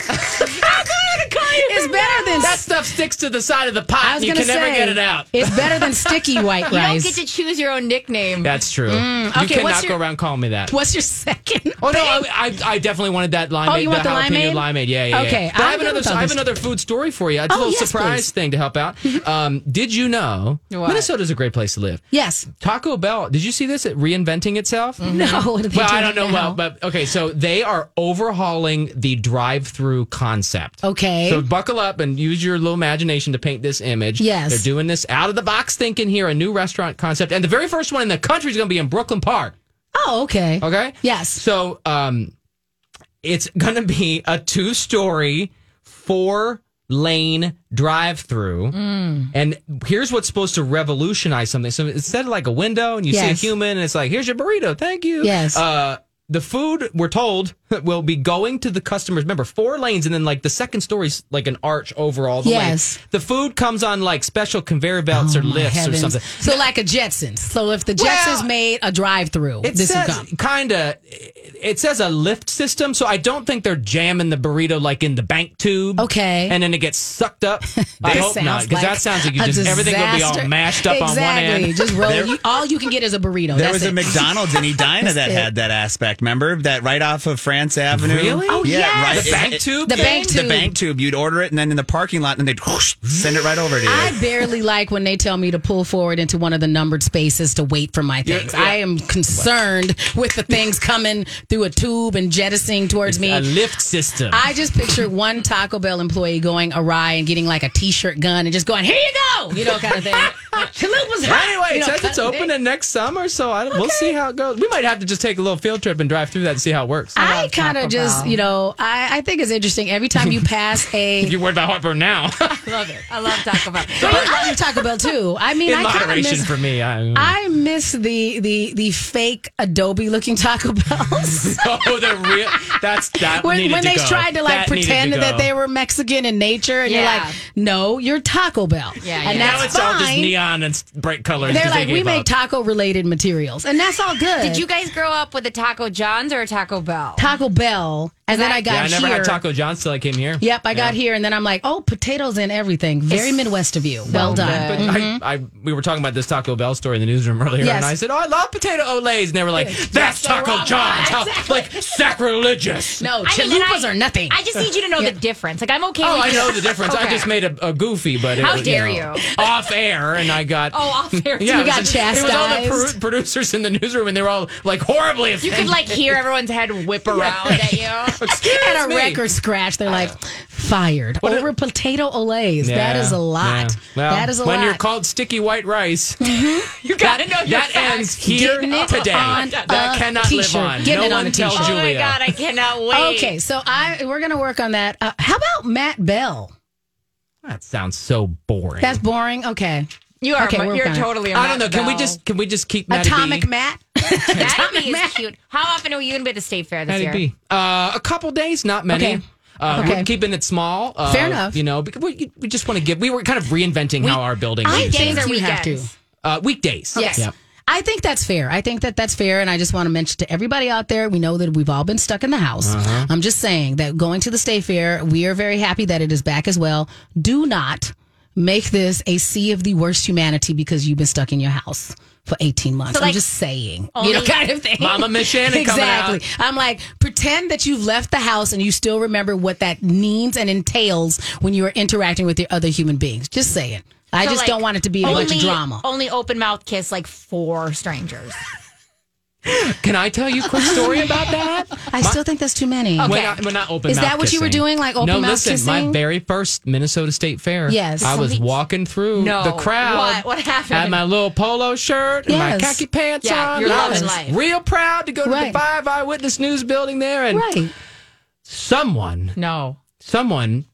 [SPEAKER 2] it's better than
[SPEAKER 6] that stuff sticks to the side of the pot.
[SPEAKER 2] I was
[SPEAKER 6] and you
[SPEAKER 2] gonna
[SPEAKER 6] can
[SPEAKER 2] say,
[SPEAKER 6] never get it out. *laughs*
[SPEAKER 2] It's better than sticky white
[SPEAKER 3] You don't
[SPEAKER 2] rice.
[SPEAKER 3] get to choose your own nickname.
[SPEAKER 6] That's true.
[SPEAKER 2] Mm,
[SPEAKER 6] you
[SPEAKER 2] okay, what's
[SPEAKER 6] cannot
[SPEAKER 2] your-
[SPEAKER 6] go around calling me that.
[SPEAKER 2] What's your second?
[SPEAKER 6] Oh no, I, I, I definitely wanted that limeade.
[SPEAKER 2] Oh, you want the
[SPEAKER 6] jalapeno
[SPEAKER 2] limeade?
[SPEAKER 6] limeade? Yeah, yeah. yeah.
[SPEAKER 2] Okay,
[SPEAKER 6] But
[SPEAKER 2] I'm
[SPEAKER 6] I have
[SPEAKER 2] good
[SPEAKER 6] another.
[SPEAKER 2] with all
[SPEAKER 6] I have
[SPEAKER 2] this.
[SPEAKER 6] another food story for you. It's
[SPEAKER 2] Oh,
[SPEAKER 6] a little
[SPEAKER 2] yes,
[SPEAKER 6] surprise
[SPEAKER 2] please.
[SPEAKER 6] thing to help
[SPEAKER 2] *laughs*
[SPEAKER 6] out. Um, did you know
[SPEAKER 2] What?
[SPEAKER 6] Minnesota's a great place to live?
[SPEAKER 2] Yes.
[SPEAKER 6] Taco Bell. Did you see this? It reinventing itself?
[SPEAKER 2] No, what are they
[SPEAKER 6] Well, I
[SPEAKER 2] doing
[SPEAKER 6] don't know.
[SPEAKER 2] now?
[SPEAKER 6] Well, but okay. So they are overhauling the drive-through concept.
[SPEAKER 2] Okay.
[SPEAKER 6] So buckle up and use your little imagination to paint this image.
[SPEAKER 2] Yes.
[SPEAKER 6] They're doing this out of the box thinking here, a new restaurant concept, and the very first one in the country is going to be in Brooklyn Park.
[SPEAKER 2] oh, okay.
[SPEAKER 6] Okay.
[SPEAKER 2] Yes.
[SPEAKER 6] So um, it's going to be a two story, four lane drive through.
[SPEAKER 2] Mm.
[SPEAKER 6] And here's what's supposed to revolutionize something. So instead of like a window and you
[SPEAKER 2] Yes.
[SPEAKER 6] see a human and it's like, here's your burrito. Thank you.
[SPEAKER 2] Yes.
[SPEAKER 6] Uh, the food we're told *laughs* will be going to the customers. Remember, four lanes, and then like the second story's like an arch over all the
[SPEAKER 2] Yes. Oh
[SPEAKER 6] lanes. The food comes on like special conveyor belts or
[SPEAKER 2] My
[SPEAKER 6] lifts
[SPEAKER 2] heavens.
[SPEAKER 6] or something.
[SPEAKER 2] So like a Jetsons. So if the Jetsons
[SPEAKER 6] Well,
[SPEAKER 2] made a drive-through,
[SPEAKER 6] It
[SPEAKER 2] this would
[SPEAKER 6] says
[SPEAKER 2] come.
[SPEAKER 6] kind of. It says a lift system, so I don't think they're jamming the burrito like in the bank tube.
[SPEAKER 2] Okay.
[SPEAKER 6] and then it gets sucked up. I
[SPEAKER 2] *laughs* This
[SPEAKER 6] hope not,
[SPEAKER 2] sounds
[SPEAKER 6] because
[SPEAKER 2] like
[SPEAKER 6] that sounds like you
[SPEAKER 2] a
[SPEAKER 6] just everything will be all
[SPEAKER 2] disaster.
[SPEAKER 6] mashed up
[SPEAKER 2] exactly.
[SPEAKER 6] on one end.
[SPEAKER 2] Just roll.
[SPEAKER 1] There-
[SPEAKER 2] you, all you can get is a burrito.
[SPEAKER 1] There
[SPEAKER 2] That's
[SPEAKER 1] was a
[SPEAKER 2] it.
[SPEAKER 1] McDonald's in Edina that
[SPEAKER 2] That's it.
[SPEAKER 1] had that aspect. Remember that right off of France Avenue?
[SPEAKER 6] Really? Oh,
[SPEAKER 1] yeah,
[SPEAKER 6] yes.
[SPEAKER 1] right.
[SPEAKER 6] The bank tube
[SPEAKER 2] The bank
[SPEAKER 1] The
[SPEAKER 2] tube.
[SPEAKER 1] bank tube. You'd order it, and then in the parking lot, and they'd *laughs* whoosh, send it right over to you.
[SPEAKER 2] I barely like when they tell me to pull forward into one of the numbered spaces to wait for my things. I am concerned with the things coming through a tube and jettisoning towards me.
[SPEAKER 6] A lift system.
[SPEAKER 2] I just picture one Taco Bell employee going awry and getting like a t-shirt gun and just going, "Here you go," you know,
[SPEAKER 6] *laughs*
[SPEAKER 2] kind of thing. Chalupa's hot.
[SPEAKER 6] Anyway,
[SPEAKER 2] you
[SPEAKER 6] it
[SPEAKER 2] know, uh,
[SPEAKER 6] says
[SPEAKER 2] kind
[SPEAKER 6] it's
[SPEAKER 2] of
[SPEAKER 6] open
[SPEAKER 2] thing.
[SPEAKER 6] and next summer, so I, we'll see how it goes. We might have to just take a little field trip and drive through that and see how it works.
[SPEAKER 2] I kind
[SPEAKER 3] Taco
[SPEAKER 2] of just,
[SPEAKER 3] Bell.
[SPEAKER 2] you know, I, I think it's interesting. Every time you pass
[SPEAKER 6] *laughs*
[SPEAKER 2] a,
[SPEAKER 6] You're worried about heartburn now. *laughs*
[SPEAKER 2] love it.
[SPEAKER 3] I love Taco Bell.
[SPEAKER 2] But I love Taco Bell too. I mean,
[SPEAKER 6] in
[SPEAKER 2] I kind of
[SPEAKER 6] moderation
[SPEAKER 2] miss.
[SPEAKER 6] for me. I, *laughs*
[SPEAKER 2] I miss the the the fake Adobe looking
[SPEAKER 6] *laughs*
[SPEAKER 2] Taco Bells.
[SPEAKER 6] oh, the real. That's that.
[SPEAKER 2] *laughs* When,
[SPEAKER 6] needed
[SPEAKER 2] when
[SPEAKER 6] to
[SPEAKER 2] they
[SPEAKER 6] go.
[SPEAKER 2] tried to like
[SPEAKER 6] That needed
[SPEAKER 2] pretend
[SPEAKER 6] to
[SPEAKER 2] that
[SPEAKER 6] go.
[SPEAKER 2] they were Mexican in nature, and
[SPEAKER 3] Yeah.
[SPEAKER 2] you're like, no, you're Taco Bell,
[SPEAKER 3] Yeah,
[SPEAKER 2] and that's
[SPEAKER 3] yeah.
[SPEAKER 6] Now it's
[SPEAKER 2] fine.
[SPEAKER 6] all just neon and s- bright colors.
[SPEAKER 2] They're
[SPEAKER 6] 'cause they
[SPEAKER 2] like, we
[SPEAKER 6] gave
[SPEAKER 2] make
[SPEAKER 6] up.
[SPEAKER 2] taco related materials, and that's all good.
[SPEAKER 3] Did you guys grow up with a Taco John's or a Taco Bell?
[SPEAKER 2] Taco Bell? And then I, got
[SPEAKER 6] Yeah, I never
[SPEAKER 2] here.
[SPEAKER 6] had Taco John's till I came here.
[SPEAKER 2] Yep, I got here, and then I'm like, oh, potatoes and everything. Very Midwest of you. Well done.
[SPEAKER 6] But I, I, we were talking about this Taco Bell story in the newsroom *laughs* earlier,
[SPEAKER 2] Mm-hmm. Yes.
[SPEAKER 6] and I said, "Oh, I love potato olays," and they were like, "That's Taco John's, How- like sacrilegious."
[SPEAKER 2] No,
[SPEAKER 3] I mean, and
[SPEAKER 2] chalupas
[SPEAKER 3] I-
[SPEAKER 2] are nothing.
[SPEAKER 3] I just need you to know the difference. Like I'm okay.
[SPEAKER 6] Oh,
[SPEAKER 3] with
[SPEAKER 6] I
[SPEAKER 3] you-
[SPEAKER 6] know the difference. I
[SPEAKER 3] Okay.
[SPEAKER 6] just made a, a goofy, but it
[SPEAKER 3] How
[SPEAKER 6] was,
[SPEAKER 3] dare
[SPEAKER 6] know,
[SPEAKER 3] you.
[SPEAKER 6] *laughs* off air, and I got
[SPEAKER 2] *laughs*
[SPEAKER 3] Oh, off air.
[SPEAKER 6] yeah,
[SPEAKER 2] You
[SPEAKER 6] it was
[SPEAKER 2] got
[SPEAKER 6] just- It was all the pro-
[SPEAKER 2] chastised.
[SPEAKER 6] producers in the newsroom, and they were all like horribly
[SPEAKER 3] You
[SPEAKER 6] offended.
[SPEAKER 3] could like hear everyone's head whip around at you.
[SPEAKER 6] *laughs*
[SPEAKER 2] and a record scratch. They're like fired
[SPEAKER 6] What a-
[SPEAKER 2] over potato olays. that is a lot.
[SPEAKER 6] Yeah. Well,
[SPEAKER 2] that is a
[SPEAKER 6] when
[SPEAKER 2] lot.
[SPEAKER 6] you're called sticky white rice.
[SPEAKER 3] You gotta know your
[SPEAKER 6] that ends here
[SPEAKER 2] Getting it
[SPEAKER 6] today.
[SPEAKER 2] on
[SPEAKER 6] that
[SPEAKER 2] a
[SPEAKER 6] cannot
[SPEAKER 2] t-shirt.
[SPEAKER 6] live on.
[SPEAKER 2] Getting
[SPEAKER 6] no
[SPEAKER 2] it on
[SPEAKER 6] one
[SPEAKER 2] a
[SPEAKER 6] tell
[SPEAKER 2] t-shirt.
[SPEAKER 6] Julia.
[SPEAKER 3] Oh my god, I cannot wait.
[SPEAKER 2] Okay, so I we're gonna work on that. Uh, how about Matt Bell?
[SPEAKER 6] That sounds so boring.
[SPEAKER 2] That's boring. Okay,
[SPEAKER 3] You are.
[SPEAKER 2] Okay,
[SPEAKER 3] mo-
[SPEAKER 2] we're
[SPEAKER 3] you're
[SPEAKER 2] done.
[SPEAKER 3] totally. a
[SPEAKER 6] I don't know.
[SPEAKER 3] Matt
[SPEAKER 6] Can we
[SPEAKER 3] Bell. *laughs*
[SPEAKER 6] just can we just keep Maddie
[SPEAKER 2] Atomic
[SPEAKER 6] B? *laughs*
[SPEAKER 2] Matt.
[SPEAKER 3] Maddie B is cute. How often are you gonna be at the state fair this
[SPEAKER 6] Maddie
[SPEAKER 3] year?
[SPEAKER 6] B. Uh, a couple days, not many.
[SPEAKER 2] Okay.
[SPEAKER 6] Uh,
[SPEAKER 2] Okay.
[SPEAKER 6] We're keeping it small. Uh,
[SPEAKER 2] Fair enough.
[SPEAKER 6] You know, because we, we just want to give. We were kind of reinventing how our building
[SPEAKER 3] I
[SPEAKER 6] is.
[SPEAKER 3] think-
[SPEAKER 2] Think
[SPEAKER 3] or
[SPEAKER 2] you have to.
[SPEAKER 3] weekends?
[SPEAKER 6] Uh, weekdays.
[SPEAKER 2] Yes.
[SPEAKER 6] Yep.
[SPEAKER 2] I think that's fair. I think that that's fair. And I just want to mention to everybody out there, we know that we've all been stuck in the house.
[SPEAKER 6] Uh-huh.
[SPEAKER 2] I'm just saying that going to the state fair, we are very happy that it is back as well. Do not make this a sea of the worst humanity because you've been stuck in your house for 18 months.
[SPEAKER 3] like,
[SPEAKER 2] I'm just saying.
[SPEAKER 3] only-
[SPEAKER 2] you know, kind of thing.
[SPEAKER 6] Mama Miss Shannon coming out.
[SPEAKER 2] Exactly. I'm like, pretend that you've left the house and you still remember what that means and entails when you are interacting with your other human beings. Just saying. I
[SPEAKER 3] So,
[SPEAKER 2] just
[SPEAKER 3] like,
[SPEAKER 2] don't want it to be a bunch of drama.
[SPEAKER 3] Only open mouth kiss like four strangers.
[SPEAKER 6] Can I tell you a quick story about that?
[SPEAKER 2] *laughs* I still think that's too many.
[SPEAKER 3] Oh,
[SPEAKER 6] When I, when I open
[SPEAKER 2] Is
[SPEAKER 6] mouth
[SPEAKER 2] that what you were
[SPEAKER 6] kissing.
[SPEAKER 2] doing, like open
[SPEAKER 6] no,
[SPEAKER 2] mouth
[SPEAKER 6] listen,
[SPEAKER 2] kissing?
[SPEAKER 6] my very first Minnesota State Fair.
[SPEAKER 2] Yes.
[SPEAKER 6] I was
[SPEAKER 3] Somebody-
[SPEAKER 6] walking through
[SPEAKER 3] No.
[SPEAKER 6] the crowd.
[SPEAKER 3] What? What happened?
[SPEAKER 6] I had my little polo shirt and my
[SPEAKER 2] Yes.
[SPEAKER 6] khaki pants
[SPEAKER 3] Yeah,
[SPEAKER 6] on.
[SPEAKER 3] you're
[SPEAKER 6] and I
[SPEAKER 3] loving
[SPEAKER 6] was
[SPEAKER 3] life.
[SPEAKER 6] real proud to go to
[SPEAKER 2] Right.
[SPEAKER 6] the Five Eyewitness News building there. And
[SPEAKER 2] Right.
[SPEAKER 6] someone,
[SPEAKER 3] No.
[SPEAKER 6] someone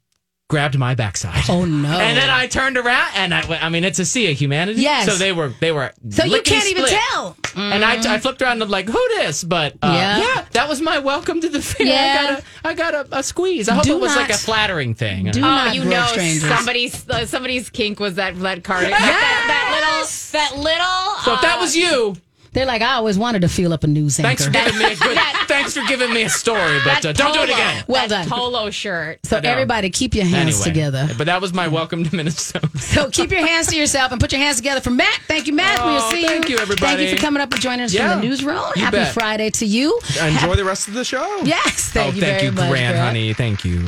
[SPEAKER 6] grabbed my backside.
[SPEAKER 2] Oh no.
[SPEAKER 6] And then I turned around, and I, went- I mean, it's a sea of humanity.
[SPEAKER 2] Yes.
[SPEAKER 6] So they were, they were.
[SPEAKER 2] so you can't even
[SPEAKER 6] lickety-split.
[SPEAKER 2] tell.
[SPEAKER 6] And I, I flipped around and I'm like, who this? But uh,
[SPEAKER 2] Yeah.
[SPEAKER 6] yeah. that was my welcome to the *laughs* fair.
[SPEAKER 2] Yeah.
[SPEAKER 6] I got, a, I got a, a squeeze. I hope
[SPEAKER 2] Do
[SPEAKER 6] it was like
[SPEAKER 2] not-
[SPEAKER 6] a flattering thing.
[SPEAKER 2] do
[SPEAKER 6] Uh,
[SPEAKER 3] Oh,
[SPEAKER 2] not
[SPEAKER 3] you
[SPEAKER 2] grow
[SPEAKER 3] know
[SPEAKER 2] strangers.
[SPEAKER 3] somebody's uh, somebody's kink was that that card. That, that little that little.
[SPEAKER 6] so if that
[SPEAKER 3] uh,
[SPEAKER 6] was you,
[SPEAKER 2] They're like, I always wanted to feel up a news anchor.
[SPEAKER 6] thanks for giving me
[SPEAKER 2] *laughs*
[SPEAKER 6] a good, thanks for giving me a story, but uh,
[SPEAKER 3] that
[SPEAKER 6] don't do it
[SPEAKER 3] polo-
[SPEAKER 6] again.
[SPEAKER 2] Well
[SPEAKER 3] that
[SPEAKER 2] done.
[SPEAKER 3] Polo shirt.
[SPEAKER 2] so everybody keep your hands
[SPEAKER 6] Anyway,
[SPEAKER 2] together.
[SPEAKER 6] But that was my welcome to Minnesota.
[SPEAKER 2] So keep your hands to yourself and put your hands together for Matt. Thank you, Matt. we'll
[SPEAKER 6] Oh,
[SPEAKER 2] see you.
[SPEAKER 6] thank you,
[SPEAKER 2] Thank you
[SPEAKER 6] everybody.
[SPEAKER 2] for coming up and joining us
[SPEAKER 6] Yeah.
[SPEAKER 2] from the newsroom.
[SPEAKER 6] You
[SPEAKER 2] Happy
[SPEAKER 6] bet.
[SPEAKER 2] Friday to you.
[SPEAKER 1] Enjoy the rest of the show.
[SPEAKER 2] Yes, thank
[SPEAKER 6] oh,
[SPEAKER 2] you
[SPEAKER 6] thank
[SPEAKER 2] very
[SPEAKER 6] you,
[SPEAKER 2] much,
[SPEAKER 6] Grant,
[SPEAKER 2] Grant.
[SPEAKER 6] honey. Thank you.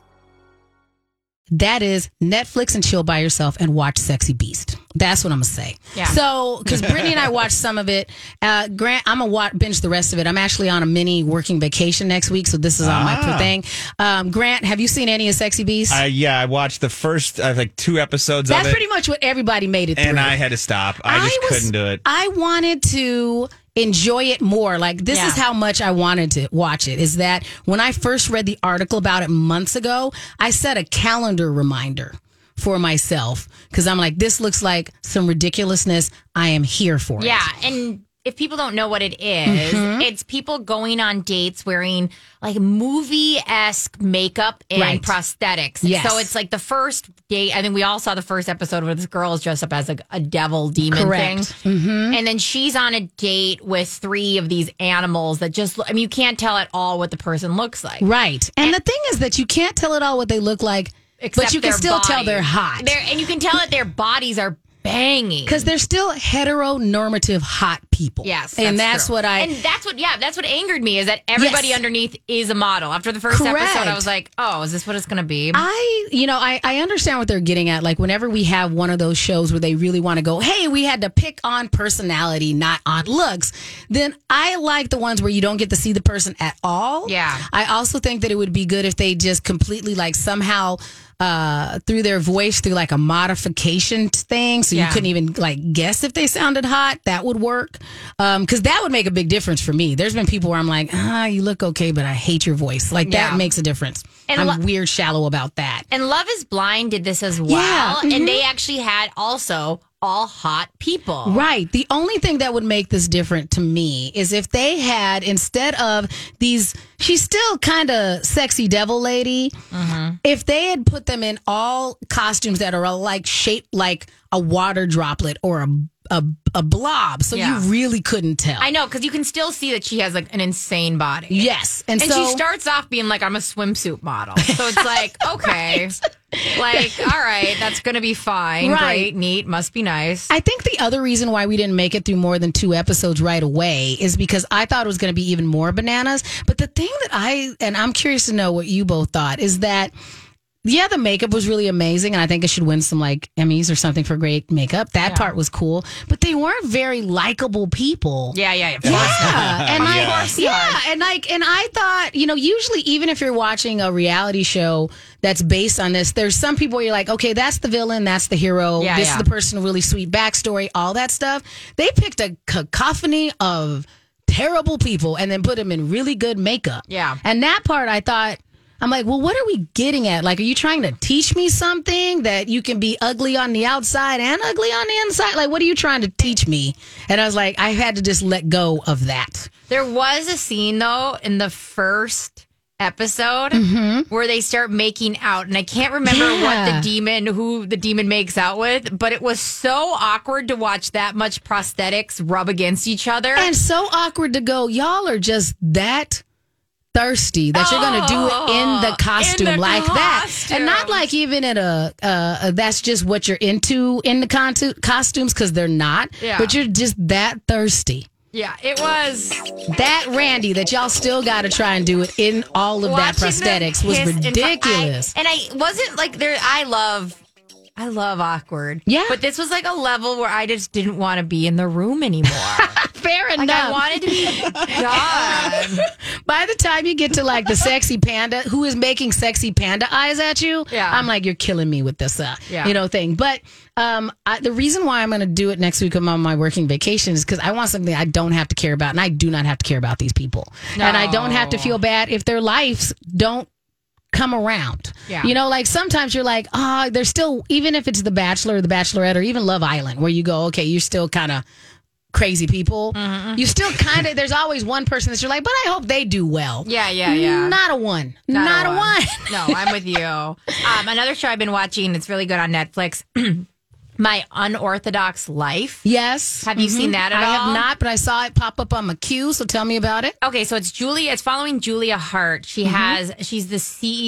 [SPEAKER 2] That is Netflix and chill by yourself and watch Sexy Beast. That's what I'm gonna say.
[SPEAKER 3] Yeah.
[SPEAKER 2] So, because Brittany and I watched some of it, uh, Grant, I'm gonna watch, binge the rest of it. I'm actually on a mini working vacation next week, so this is on my
[SPEAKER 1] Ah.
[SPEAKER 2] thing. Um, Grant, have you seen any of Sexy Beast?
[SPEAKER 1] I, yeah, I watched the first uh, like two episodes
[SPEAKER 2] That's
[SPEAKER 1] of it,
[SPEAKER 2] pretty much what everybody made it through.
[SPEAKER 1] and I had to stop. I, just
[SPEAKER 2] was-
[SPEAKER 1] couldn't do it.
[SPEAKER 2] I wanted to enjoy it more. Like this
[SPEAKER 3] Yeah.
[SPEAKER 2] is how much I wanted to watch it. Is that when I first read the article about it months ago, I set a calendar reminder for myself because I'm like, this looks like some ridiculousness. I am here for
[SPEAKER 3] Yeah,
[SPEAKER 2] it.
[SPEAKER 3] and if people don't know what it is,
[SPEAKER 2] Mm-hmm.
[SPEAKER 3] it's people going on dates wearing like movie esque makeup and
[SPEAKER 2] Right.
[SPEAKER 3] prosthetics.
[SPEAKER 2] Yes.
[SPEAKER 3] So it's like the first date. I think we all saw the first episode where this girl is dressed up as a, a devil demon
[SPEAKER 2] Correct. Mm-hmm.
[SPEAKER 3] thing. And then she's on a date with three of these animals that just, I mean, you can't tell at all what the person looks like.
[SPEAKER 2] Right. And the thing is that you can't tell at all what they look like, but
[SPEAKER 3] Except
[SPEAKER 2] you can
[SPEAKER 3] their
[SPEAKER 2] still tell
[SPEAKER 3] body.
[SPEAKER 2] they're hot.
[SPEAKER 3] They're- and you can tell that their bodies are banging.
[SPEAKER 2] because they're still heteronormative hot people.
[SPEAKER 3] Yes,
[SPEAKER 2] and that's,
[SPEAKER 3] true.
[SPEAKER 2] what I
[SPEAKER 3] and that's what yeah that's what angered me is that everybody
[SPEAKER 2] Yes.
[SPEAKER 3] underneath is a model. After the first episode, I
[SPEAKER 2] Correct.
[SPEAKER 3] was like, oh, is this what it's going to be?
[SPEAKER 2] I, you know, I, I understand what they're getting at. Like, whenever we have one of those shows where they really want to go, hey, we had to pick on personality, not on looks, then I like the ones where you don't get to see the person at all.
[SPEAKER 3] Yeah.
[SPEAKER 2] I also think that it would be good if they just completely, like, somehow uh, through their voice through like a modification thing, so
[SPEAKER 12] Yeah.
[SPEAKER 2] you couldn't even like guess if they sounded hot. That would work because that would make a big difference for me. There's been people where I'm like, ah, you look okay, but I hate your voice. Like
[SPEAKER 3] Yeah.
[SPEAKER 2] that makes a difference.
[SPEAKER 3] And
[SPEAKER 2] I'm
[SPEAKER 3] lo-
[SPEAKER 2] weird shallow about that.
[SPEAKER 3] And Love is Blind did this as well.
[SPEAKER 2] mm-hmm.
[SPEAKER 3] And they actually had also all hot people.
[SPEAKER 2] Right. The only thing that would make this different to me is if they had instead of these she's still kind of sexy devil lady,
[SPEAKER 3] Mm-hmm.
[SPEAKER 2] if they had put them in all costumes that are like shaped like a water droplet or a a, a blob so
[SPEAKER 3] Yeah.
[SPEAKER 2] you really couldn't tell.
[SPEAKER 3] I know, because you can still see that she has like an insane body.
[SPEAKER 2] Yes, and so-
[SPEAKER 3] she starts off being like, "I'm a swimsuit
[SPEAKER 2] *laughs*
[SPEAKER 3] model," so it's like, okay, like, all right, that's gonna be fine,
[SPEAKER 2] Right.
[SPEAKER 3] great, neat, must be nice.
[SPEAKER 2] I think the other reason why we didn't make it through more than two episodes right away is because I thought it was going to be even more bananas. But the thing that I, and I'm curious to know what you both thought, is that, yeah, the makeup was really amazing. And I think it should win some like Emmys or something for great makeup. That part was cool. But they weren't very likable people.
[SPEAKER 3] Yeah, yeah, of
[SPEAKER 2] Yeah,
[SPEAKER 3] course.
[SPEAKER 2] and
[SPEAKER 3] *laughs* Of
[SPEAKER 2] like,
[SPEAKER 3] course you
[SPEAKER 2] yeah,
[SPEAKER 3] are.
[SPEAKER 2] and like, and I thought, you know, usually even if you're watching a reality show that's based on this, there's some people where you're like, okay, that's the villain, that's the hero,
[SPEAKER 3] Yeah,
[SPEAKER 2] this
[SPEAKER 3] yeah.
[SPEAKER 2] is the person, with really sweet backstory, all that stuff. They picked a cacophony of terrible people and then put them in really good makeup.
[SPEAKER 3] Yeah.
[SPEAKER 2] and that part I thought. I'm like, well, what are we getting at? Like, are you trying to teach me something that you can be ugly on the outside and ugly on the inside? Like, what are you trying to teach me? And I was like, I had to just let go of that.
[SPEAKER 3] There was a scene though in the first episode where they start making out and I can't remember what
[SPEAKER 2] Mm-hmm. Yeah.
[SPEAKER 3] the demon who the demon makes out with, but it was so awkward to watch that much prosthetics rub against each other.
[SPEAKER 2] And so awkward to go, y'all are just that thirsty that you're going to do it in
[SPEAKER 3] Oh,
[SPEAKER 2] the costume
[SPEAKER 3] in the
[SPEAKER 2] like that. And not
[SPEAKER 3] costumes.
[SPEAKER 2] like even at a, uh, a that's just what you're into in the con- costumes because they're not,
[SPEAKER 3] Yeah.
[SPEAKER 2] but you're just that thirsty.
[SPEAKER 3] yeah, it was
[SPEAKER 2] That Randy that y'all still got to try and do it in all of that
[SPEAKER 3] watching them
[SPEAKER 2] prosthetics was
[SPEAKER 3] kiss in front-
[SPEAKER 2] ridiculous.
[SPEAKER 3] I- and I wasn't like there I love I love awkward.
[SPEAKER 2] Yeah.
[SPEAKER 3] But this was like a level where I just didn't want to be in the room anymore.
[SPEAKER 2] *laughs* Fair
[SPEAKER 3] Like, I wanted
[SPEAKER 2] *laughs*
[SPEAKER 3] to be done.
[SPEAKER 2] By the time you get to like the sexy panda who is making sexy panda eyes at you,
[SPEAKER 3] Yeah.
[SPEAKER 2] I'm like, you're killing me with this, uh,
[SPEAKER 3] Yeah.
[SPEAKER 2] you know, thing. But um, I, the reason why I'm going to do it next week I'm on my working vacation is because I want something I don't have to care about, and I do not have to care about these people, and I don't have to
[SPEAKER 3] No.
[SPEAKER 2] feel bad if their lives don't come around.
[SPEAKER 3] Yeah.
[SPEAKER 2] You know, like sometimes you're like, ah, there's still even if it's The Bachelor, or The Bachelorette, or even Love Island, where you go, okay, you're still kind of crazy people. You still kind of there's always one person that you're like, but I hope they do well.
[SPEAKER 3] Yeah, yeah, yeah.
[SPEAKER 2] Not a one. Not, a one. *laughs*
[SPEAKER 3] *laughs* no, I'm with you. Um, another show I've been watching that's really good on Netflix, *clears throat* My Unorthodox Life.
[SPEAKER 2] Yes.
[SPEAKER 3] Have you
[SPEAKER 2] Mhm.
[SPEAKER 3] seen that at all?
[SPEAKER 2] I have not, but I saw it pop up on my queue. So tell me about it.
[SPEAKER 3] Okay, so it's Julia. It's following Julia Hart. She
[SPEAKER 2] Mm-hmm.
[SPEAKER 3] has she's the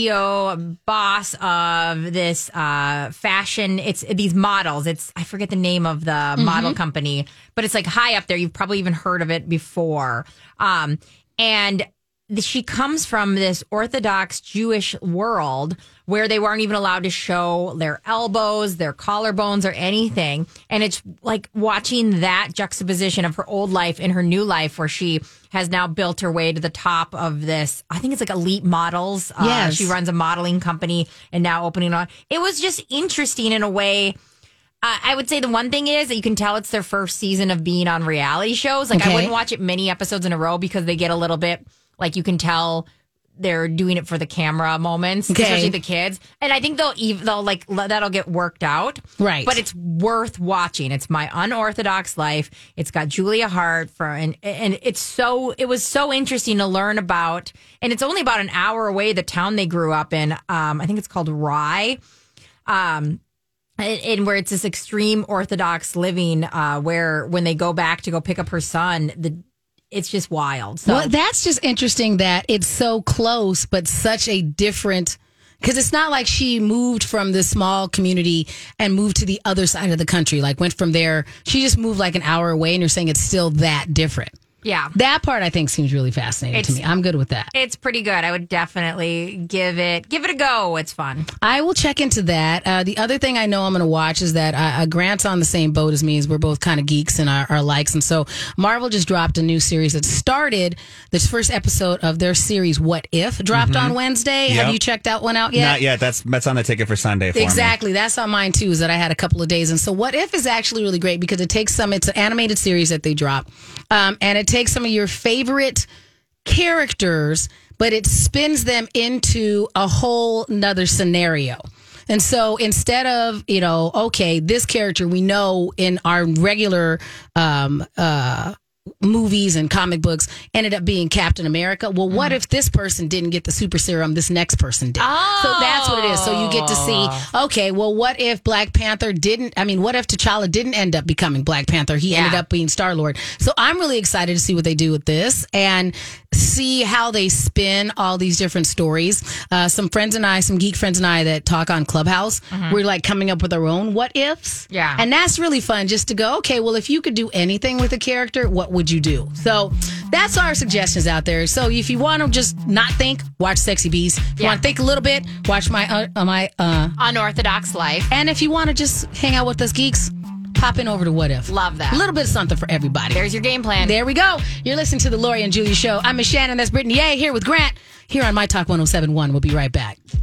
[SPEAKER 3] CEO boss of this uh, fashion. It's these models. It's I forget the name of the
[SPEAKER 2] Mm-hmm.
[SPEAKER 3] model company, but it's like high up there. You've probably even heard of it before. Um, and th- she comes from this Orthodox Jewish world where they weren't even allowed to show their elbows, their collarbones, or anything. And it's like watching that juxtaposition of her old life and her new life, where she has now built her way to the top of this. I think it's like Elite Models. Uh,
[SPEAKER 2] Yes.
[SPEAKER 3] She runs a modeling company and now opening on. It was just interesting in a way. Uh, I would say the one thing is that you can tell it's their first season of being on reality shows. Like I
[SPEAKER 2] Okay.
[SPEAKER 3] wouldn't watch it many episodes in a row because they get a little bit like you can tell they're doing it for the camera moments,
[SPEAKER 2] Okay.
[SPEAKER 3] especially the kids. And I think they'll ev- they'll like l- that'll get worked out,
[SPEAKER 2] Right.
[SPEAKER 3] But it's worth watching. It's my unorthodox life. It's got Julia Hart for and and it's so it was so interesting to learn about. And it's only about an hour away the town they grew up in. Um, I think it's called Rye um and, and where it's this extreme orthodox living uh where when they go back to go pick up her son the it's just wild so
[SPEAKER 2] Well, that's just interesting that it's so close, but such a different. Because it's not like she moved from this small community and moved to the other side of the country. Like went from there, she just moved like an hour away, and you're saying it's still that different.
[SPEAKER 3] Yeah.
[SPEAKER 2] That part I think seems really fascinating to
[SPEAKER 3] It's-
[SPEAKER 2] me. I'm good with that.
[SPEAKER 3] It's pretty good. I would definitely give it give it a go. It's fun.
[SPEAKER 2] I will check into that. Uh, the other thing I know I'm going to watch is that uh, uh, Grant's on the same boat as me, is we're both kind of geeks and our, our likes. And so Marvel just dropped a new series that started this first episode of their series, What If, dropped
[SPEAKER 1] Mhm.
[SPEAKER 2] on Wednesday. Have
[SPEAKER 1] Yep.
[SPEAKER 2] you checked that one out yet?
[SPEAKER 1] Not yet. That's that's on the ticket for Sunday. For me.
[SPEAKER 2] Exactly. That's on mine too, is that I had a couple of days. And so What If is actually really great because it takes some, it's an animated series that they drop, um, and it takes some of your favorite characters, but it spins them into a whole nother scenario. And so instead of, you know, okay, this character we know in our regular um, uh, movies and comic books ended up being Captain America. Well, what
[SPEAKER 1] Mm-hmm.
[SPEAKER 2] if this person didn't get the super serum? This next person did. So that's what it is. So you get to see, okay, well, what if Black Panther didn't? I mean, what if T'Challa didn't end up becoming Black Panther? He ended
[SPEAKER 3] Yeah.
[SPEAKER 2] up being Star Lord. So I'm really excited to see what they do with this and see how they spin all these different stories. Uh, some friends and I, some geek friends and I that talk on Clubhouse,
[SPEAKER 3] Mhm.
[SPEAKER 2] we're like coming up with our own what ifs.
[SPEAKER 3] Yeah.
[SPEAKER 2] And that's really fun just to go, okay, well, if you could do anything with a character, what would you do? So that's our suggestions out there. So if you want to just not think, watch Sexy Bees. If you
[SPEAKER 3] Yeah.
[SPEAKER 2] want to think a little bit, watch my, uh, uh, my, uh,
[SPEAKER 3] Unorthodox life.
[SPEAKER 2] and if you want to just hang out with us geeks, pop in over to What If.
[SPEAKER 3] Love that.
[SPEAKER 2] A little bit of something for everybody.
[SPEAKER 3] There's your game plan.
[SPEAKER 2] There we go. You're listening to the Lori and Julie Show. I'm Miss Shannon. That's Brittany Yay here with Grant here on My Talk 1071. We'll be right back.